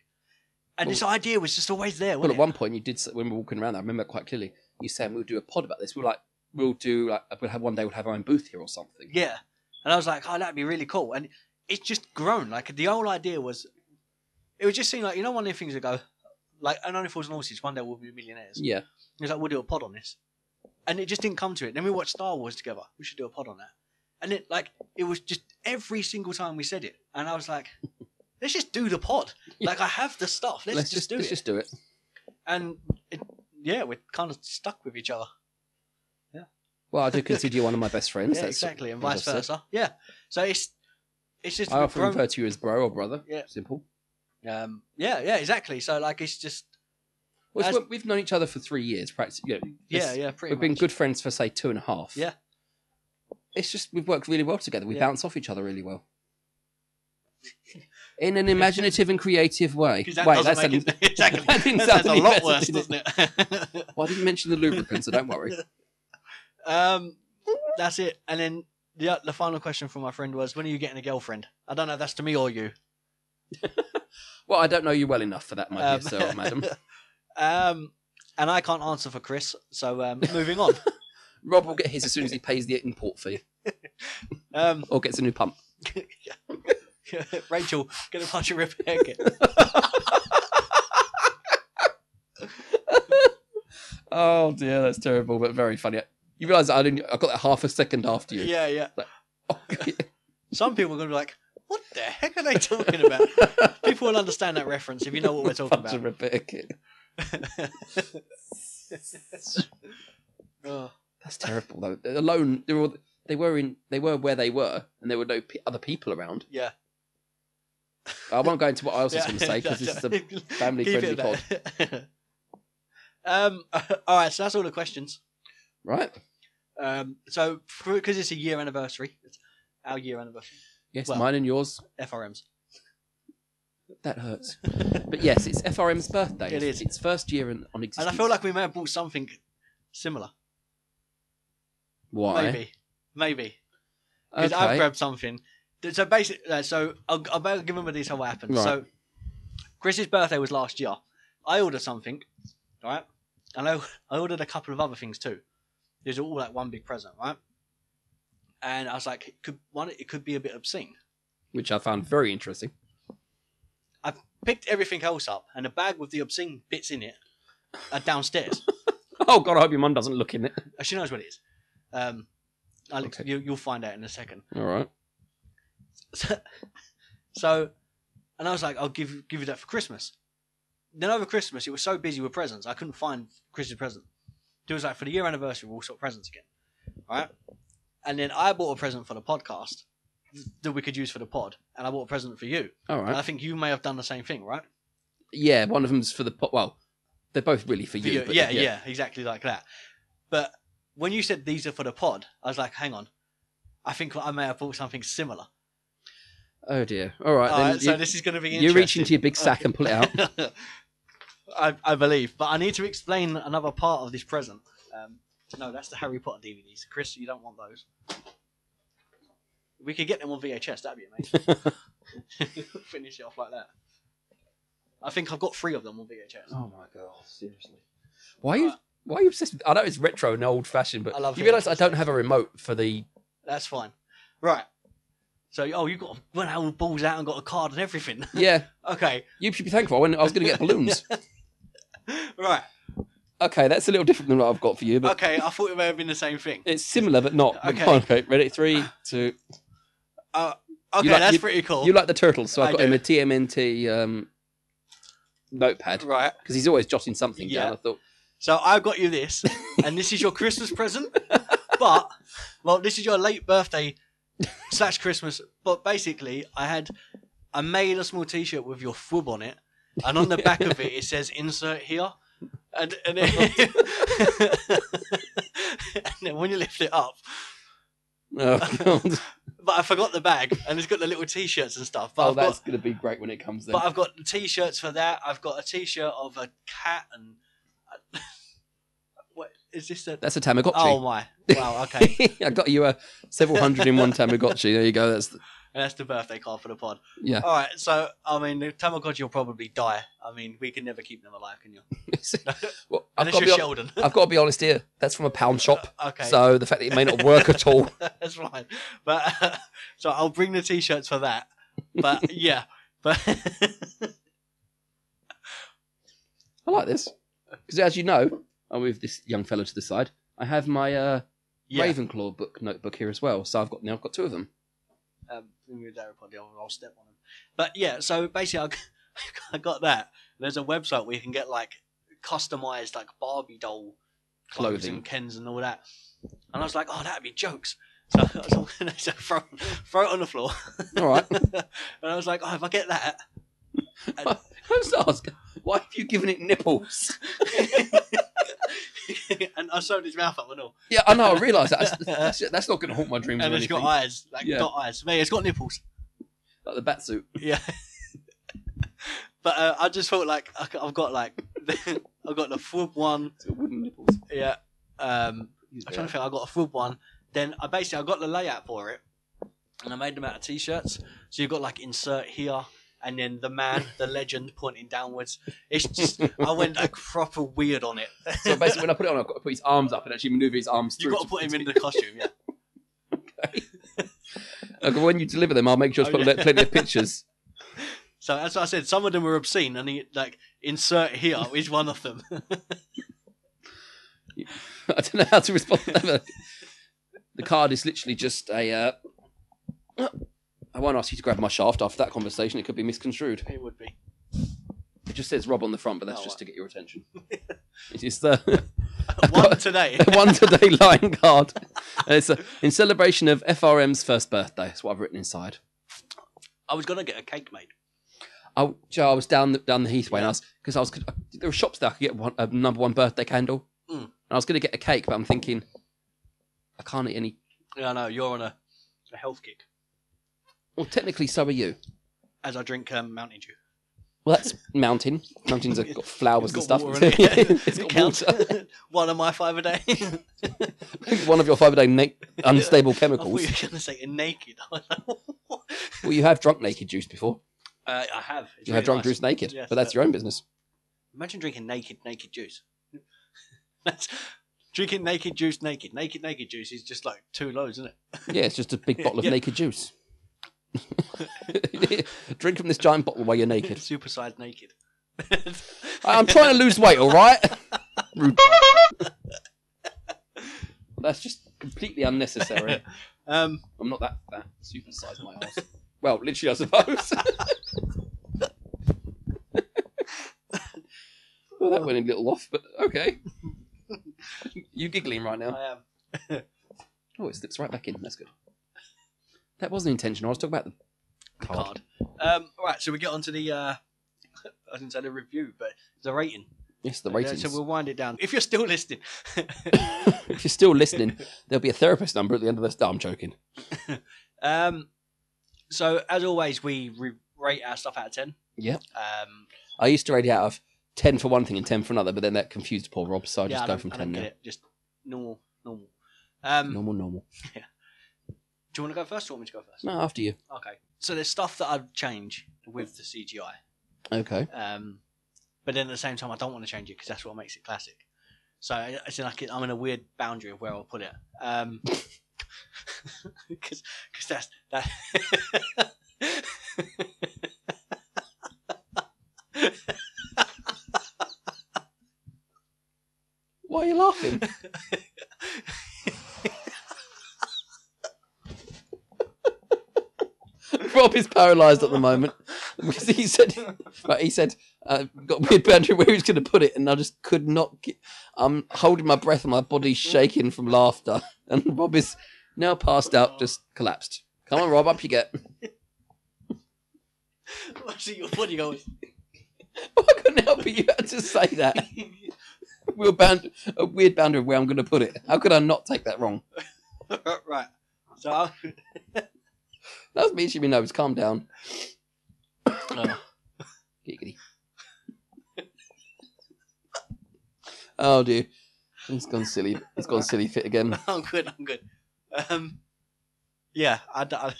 And this idea was just always there. Well, Wasn't at one point you did s- when we were walking around. I remember quite clearly you saying we'll do a pod about this. We were like, we'll do like we'll have one day we'll have our own booth here or something. it? Yeah. And I was like, oh, that'd be really cool. And it's just grown. Like the whole idea was, it would just seem like you know one of the things that go, like, and only fools and horses. One day we'll be millionaires. Yeah, He was like, we'll do a pod on this. And it just didn't come to it. Then we watched Star Wars together. We should do a pod on that. And it like it was just every single time we said it. And I was like, (laughs) let's just do the pod. Like I have the stuff. Let's, just, do let's it. just do it. And it, yeah, we're kind of stuck with each other. Well, I do consider you one of my best friends. Yeah, that's- exactly. And as I vice said. versa. Yeah. So it's it's just I we've often grown- refer to you as bro or brother. Yeah. simple. um, yeah, yeah, exactly. So like it's just Well, it's As- what- we've known each other for three years, practically. You know, yeah, it's- yeah, pretty We've much. been good friends for say two and a half. Yeah. It's just we've worked really well together. We Yeah. bounce off each other really well. (laughs) In an imaginative and creative way. 'Cause that Wait, doesn't that's make an- it, (laughs) exactly. (laughs) that didn't That sound sounds a any lot better, worse, did it? doesn't it? (laughs) Well, I didn't mention the lubricant, so don't worry. Um, that's it. And then the the final question from my friend was, "When are you getting a girlfriend?" I don't know. if That's to me or you, Well, I don't know you well enough for that, my Um, dear (laughs) sir or madam. Um, and I can't answer for Chris. So (laughs) um, moving on. Rob will get his as soon as he pays the import fee Um, (laughs) or gets a new pump. Rachel, get a bunch of repair (laughs) kit. Oh dear, that's terrible, but very funny. You realise I didn't. I got that half a second after you. Yeah, yeah. (laughs) Oh, Some people are going to be like, "What the heck are they talking about?" People will understand that reference if you know what (laughs) we're talking Bunch of about. repair kit. Oh, That's terrible though. They're alone, they were all- they were in they were where they were, and there were no p- other people around. yeah. I won't go into what I else was going (laughs) to say because this is a family friendly pod, pod. (laughs) um. (laughs) All right. So that's all the questions. right? Um, so because it's a year anniversary, it's our year anniversary, Yes, Well- mine and yours. FRMs. (laughs) That hurts, but yes, it's FRM's birthday. It is. Its first year in, on And existence. I feel like we may have bought something similar. why? Maybe, maybe because Okay. I've grabbed something. Th- So basically, uh, so I'll, I'll better give them a detail what happened. Right. So Chris's birthday was last year. I ordered something, right? And I, I ordered a couple of other things too. These are all like one big present, right? And I was like, it could one, it could be a bit obscene. Which I found very interesting. (laughs) I picked everything else up, and the bag with the obscene bits in it are downstairs. Oh God, I hope your mum doesn't look in it. Uh, She knows what it is. Um, Alex, Okay. you, you'll find out in a second. (laughs) All right. So, so, and I was like, I'll give give you that for Christmas. Then over Christmas, it was so busy with presents, I couldn't find Chris's present. It was like for the year anniversary, we'll sort presents again, right? And then I bought a present for the podcast that we could use for the pod, and I bought a present for you. All And right. I think you may have done the same thing, right? Uh, yeah, one of them's for the pot. Well, they're both really for For you. you- but yeah, yeah, exactly like that. But when you said these are for the pod, I was like, hang on, I think I may have bought something similar. Oh dear. All right. All then right, so you- this is going to be you reach interesting. into your big sack and pull (laughs) it out. I, I believe, but I need to explain another part of this present. Um, no, that's the Harry Potter DVDs. Chris, you don't want those. We could get them on VHS. That'd be amazing. (laughs) Finish it off like that. I think I've got three of them on VHS. Oh my god, seriously. Why are you why are you obsessed with, I know it's retro and old fashioned, but I love you it. realise I don't have a remote for the That's fine. Right. So, oh, you got went out with balls out and got a card and everything. (laughs) Yeah. okay. You should be thankful. I, went, I was gonna get (laughs) balloons. Right. okay, that's a little different than what I've got for you, but Okay. I thought it may have been the same thing. it's similar but not. But Okay. come on, (laughs) okay. Ready? Three, two Okay, like- that's you- pretty cool. You like the turtles, so I, I got do. him a TMNT um, notepad. right. Because he's always jotting something Yeah. down. I thought So I got you this, and this is your Christmas present. But well, this is your late birthday slash Christmas. But basically, I had I made a small T-shirt with your fub on it, and on the back of it it says insert here, and and, it, (laughs) and then when you lift it up, Oh, God. but I forgot the bag, and it's got the little t-shirts and stuff. But oh I've got that's going to be great when it comes then. But I've got t-shirts for that. I've got a t-shirt of a cat and (laughs) what is this? A... That's a Tamagotchi. (laughs) Oh my! Wow. Okay, I got you a several hundred in one Tamagotchi. There you go. That's the, and that's the birthday card for the pod. (laughs) yeah. All right. So I mean, the Tamagotchi will probably die. I mean, we can never keep them alive, can you? (laughs) well, I've Unless got, you're to be, hon- (laughs) Sheldon. (laughs) I've got to be honest here. That's from a pound shop. okay. So the fact that it may not work at all. (laughs) that's fine. But (laughs) so I'll bring the t-shirts for that. (laughs) But yeah. But (laughs) I like this because, as you know, I moved this young fellow to the side. I have my uh, yeah. Ravenclaw book notebook here as well. So I've got now I've got two of them. um, when we were there, probably I'll, I'll step on them. But yeah, so basically, I got, (laughs) I got that. There's a website where you can get like customized like Barbie doll clothes Clothing. and Kens and all that. And I was like, oh, that'd be jokes. (laughs) So I was like, so throw, throw it on the floor. All right. (laughs) (laughs) and I was like, oh, if I get that, (laughs) I was asking, why have you given it nipples? and I sewed his mouth up and all, Yeah, I know. I realise that. That's, that's, that's not going to haunt my dreams and or it's anything. got eyes, like Yeah. got eyes. Mate, it's got nipples. Like the bat suit. Yeah. (laughs) but uh, I just felt like I c- I've got like (laughs) I've got the fub one. It's got wooden nipples. Yeah. Um, I'm trying to think. I got a fub one. Then I basically I got the layout for it, and I made them out of t-shirts. So you've got like insert here, and then the (laughs) man, the legend pointing downwards. It's just I went like proper weird on it. So basically, when I put it on, I've got to put his arms up and actually manoeuvre his arms you through. got to put him in the costume. Yeah. Like, when you deliver them, I'll make sure to Oh, put yeah. (laughs) le- plenty of pictures. (laughs) So as I said, some of them were obscene, and he, like insert here is one of them. I don't know how to respond to that. The card is literally just a. Uh... I won't ask you to grab my shaft after that conversation. It could be misconstrued. (laughs) it would be. It just says Rob on the front, but that's Oh, just wow. to get your attention. It is the (laughs) One today. one today (laughs) line card. And It's a, in celebration of FRM's first birthday. That's what I've written inside. I was gonna get a cake made. I, Joe, I was down the, down the Heathway, and I was because I was there were shops there I could get one, a number one birthday candle, Mm. and I was going to get a cake, but I'm thinking I can't eat any. Yeah, I know you're on a, a health kick Well, technically, so are you. as I drink um, Mountain Dew. Well, that's mountain. Mountains have (laughs) got flowers and It's stuff. got (laughs) water in it. Yeah, it's It got counts. water. (laughs) One of my five a (laughs) day. I thought One of your five a (laughs) day na- unstable you were chemicals. going to say a naked. (laughs) I was like, what? well, you have drunk naked juice before. uh, I have. It's You really have drunk nice. juice naked, Yes, but that's uh, your own business. Imagine drinking naked, naked juice. (laughs) That's drinking naked juice, naked, naked, naked juice is just like two loads, isn't it? Yeah, it's just (laughs) a big bottle of Yeah. naked juice. (laughs) Drink from this giant bottle while you're naked. Supersized naked. I- (laughs) I'm trying to lose weight, all right? Rude. That's just completely unnecessary. um, I'm not that fat. Supersize my ass. Well, literally, I suppose. well, that went a little off, but okay. you giggling right now. I am. Oh, it slips right back in. That's good. That wasn't intentional. I was talking about the card. Card. Um, right, so we get on to the. Uh, (laughs) I didn't say the review, but the rating. Yes, the Yeah, ratings. So we'll wind it down. If you're still listening, (laughs) (laughs) if you're still listening, there'll be a therapist number at the end of this. No, I'm joking. um, so as always, we re- rate our stuff out of ten. Yep. Um, I used to rate it out of 10 for one thing and 10 for another, but then that confused poor Rob, so I yeah, just I go don't- from I don't 10 get now. Mm. it. Just normal, normal. Um, (laughs) Normal, normal. Do you want to go first, or want me to go first? No, after you. Okay. So there's stuff that I'd change with the CGI, Okay. um, but then at the same time, I don't want to change it because that's what makes it classic. So I- it's in like I'm in a weird boundary of where I'll put it. Um, (laughs) because that's (laughs) that. Why are (laughs) you laughing? Rob is paralysed at the moment because he said, right, he said, uh, got a weird boundary where he was going to put it, and I just could not. Get, I'm holding my breath, and my body's shaking from laughter, and Rob is now passed out, just collapsed. Come on, Rob, up you get. I see your body going. (laughs) I couldn't help it. You had to say that. We were bound a weird boundary of where I'm going to put it. How could I not take that wrong? (laughs) right. So I'll- That was me should be nose. Calm down. Oh. Giggity. oh dear, it's gone silly. It's gone silly (laughs) fit again. I'm good. I'm good. Um, yeah. I, d- I-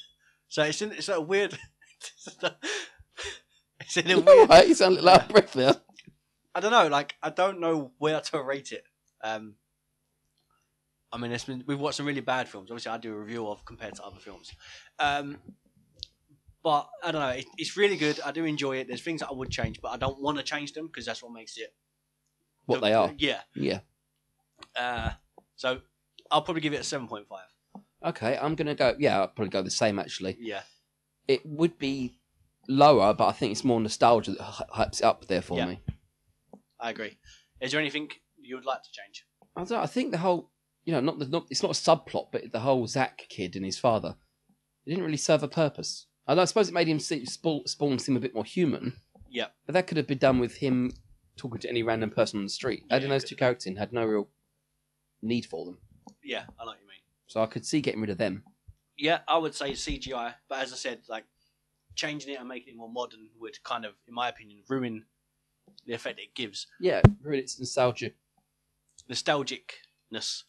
so it's in, it's a weird. (laughs) it's in a (laughs) You weird. alright? You sound a little out of breath there. I don't know. Like I don't know where to rate it. Um, I mean, it's been, we've watched some really bad films. Obviously, I do a review of compared to other films. Um, but I don't know. It, it's really good. I do enjoy it. There's things that I would change, but I don't want to change them because that's what makes it What they are? Yeah. Yeah. Uh, so I'll probably give it a seven point five. Okay, I'm gonna go. Yeah, I'll probably go the same actually. Yeah. It would be lower, but I think it's more nostalgia that hy- hypes it up there for Yeah. me. I agree. Is there anything you would like to change? I don't. know, I think the whole, you know, not the not. It's not a subplot, but the whole Zach kid and his father, it didn't really serve a purpose. And I suppose it made him see, spawn, spawn seem a bit more human. Yeah. But that could have been done with him talking to any random person on the street. Yeah, Adding it those could two characters in had no real need for them. Yeah, I know what you mean. So I could see getting rid of them. Yeah, I would say CGI, but as I said, like changing it and making it more modern would kind of, in my opinion, ruin the effect it gives. Yeah, really, it's nostalgia, Nostalgicness.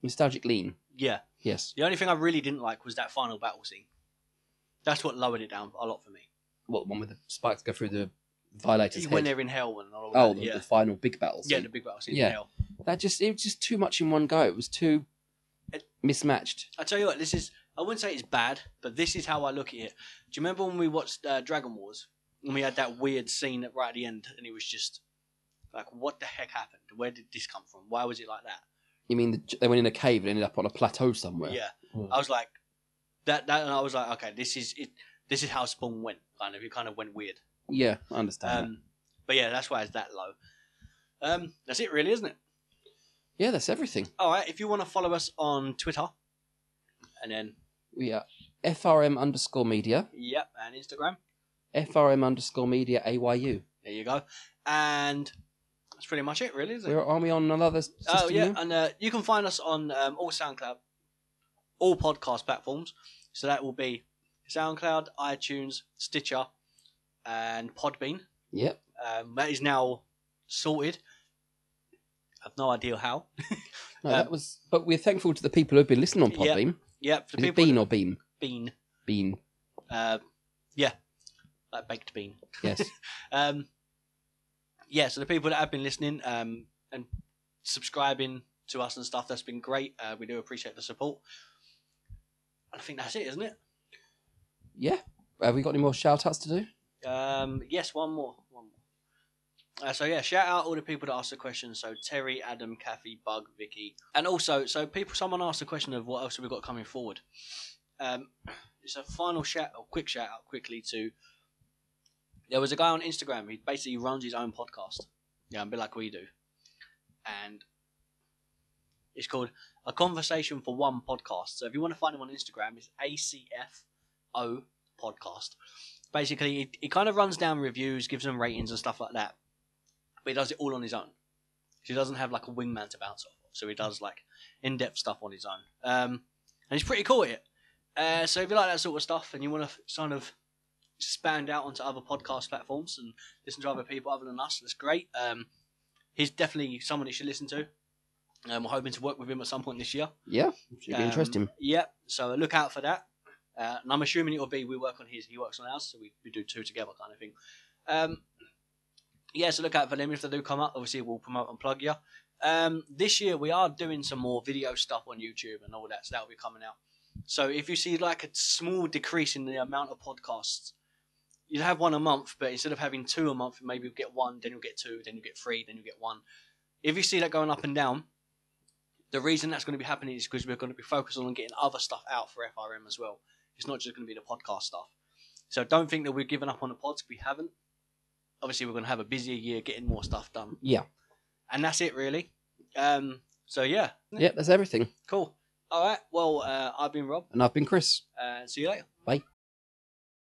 nostalgic lean. Yeah. Yes. The only thing I really didn't like was that final battle scene. That's what lowered it down a lot for me. What the one with the spikes go through the violator's when head? they're in hell and all Oh, that. the, yeah. the final big battle. yeah, scene. the big battle scene Yeah. in hell. That just it was just too much in one go. It was too It- mismatched. I tell you what, this is. I wouldn't say it's bad, but this is how I look at it. Do you remember when we watched uh, Dragon Wars and we had that weird scene at right at the end, and it was just like, what the heck happened? Where did this come from? Why was it like that? You mean the, they went in a cave and ended up on a plateau somewhere? Yeah, Uh, Hmm. I was like that. That, and I was like, okay, this is it. This is how Spawn went. Kind of, it kind of went weird. Yeah, I understand. that. Um, but yeah, that's why it's that low. Um, that's it, really, isn't it? Yeah, that's everything. All right. If you want to follow us on Twitter, and then We are FRM underscore media, yep, and Instagram. FRM underscore media AYU. There you go. And that's pretty much it, really, isn't it? Where are we on another system? Oh, yeah. now? And uh, you can find us on um, all SoundCloud, all podcast platforms. So that will be SoundCloud, iTunes, Stitcher, and Podbean. Yep. Um, that is now sorted. I've no idea how. No, Um, that was. But we're thankful to the people who've been listening on Yeah, Podbeam. Yep, for the Is it people. Bean that- or Beam? Bean. Bean. Uh, yeah, like baked bean. (laughs) Yes. Um, yeah, so the people that have been listening um, and subscribing to us and stuff, that's been great. Uh, we do appreciate the support. And I think that's it, isn't it? yeah. Have we got any more shout outs to do? Um, yes, one more. One more. Uh, so yeah, shout out all the people that asked the question. So Terry, Adam, Kathy, Bug, Vicky, and also so people. Someone asked the question of what else have we got coming forward. Um, it's a final shout, or quick shout out, quickly to. There was a guy on Instagram. He basically runs his own podcast. Yeah, and a bit like we do, and it's called a conversation for one podcast. So if you want to find him on Instagram, it's ACFO podcast basically he, he kind of runs down reviews gives them ratings and stuff like that but he does it all on his own so he doesn't have like a wingman to bounce off of so he does like in-depth stuff on his own um, and he's pretty cool at it uh, so if you like that sort of stuff and you want to sort of expand out onto other podcast platforms and listen to other people other than us that's great um, he's definitely someone you should listen to um, we're hoping to work with him at some point this year Yeah. Should be um, interesting. Yep. So look out for that. Uh, and I'm assuming it'll be we work on his, he works on ours, so we, we do two together kind of thing. Um, yeah, so look out for them if they do come up. Obviously, we'll promote and plug you. Um, this year we are doing some more video stuff on YouTube and all that, so that'll be coming out. So if you see like a small decrease in the amount of podcasts, you'd have one a month, but instead of having two a month, maybe you'll get one, then you'll get two, then you'll get three, then you'll get one. If you see that going up and down, the reason that's going to be happening is because we're going to be focusing on getting other stuff out for FRM as well. It's not just going to be the podcast stuff. So don't think that we've given up on the pods. We haven't. Obviously, we're going to have a busier year getting more stuff done. Yeah. And that's it, really. Um, so, yeah. Yeah, that's everything. Cool. All right. Well, uh, I've been Rob. And I've been Chris. Uh, see you later. Bye.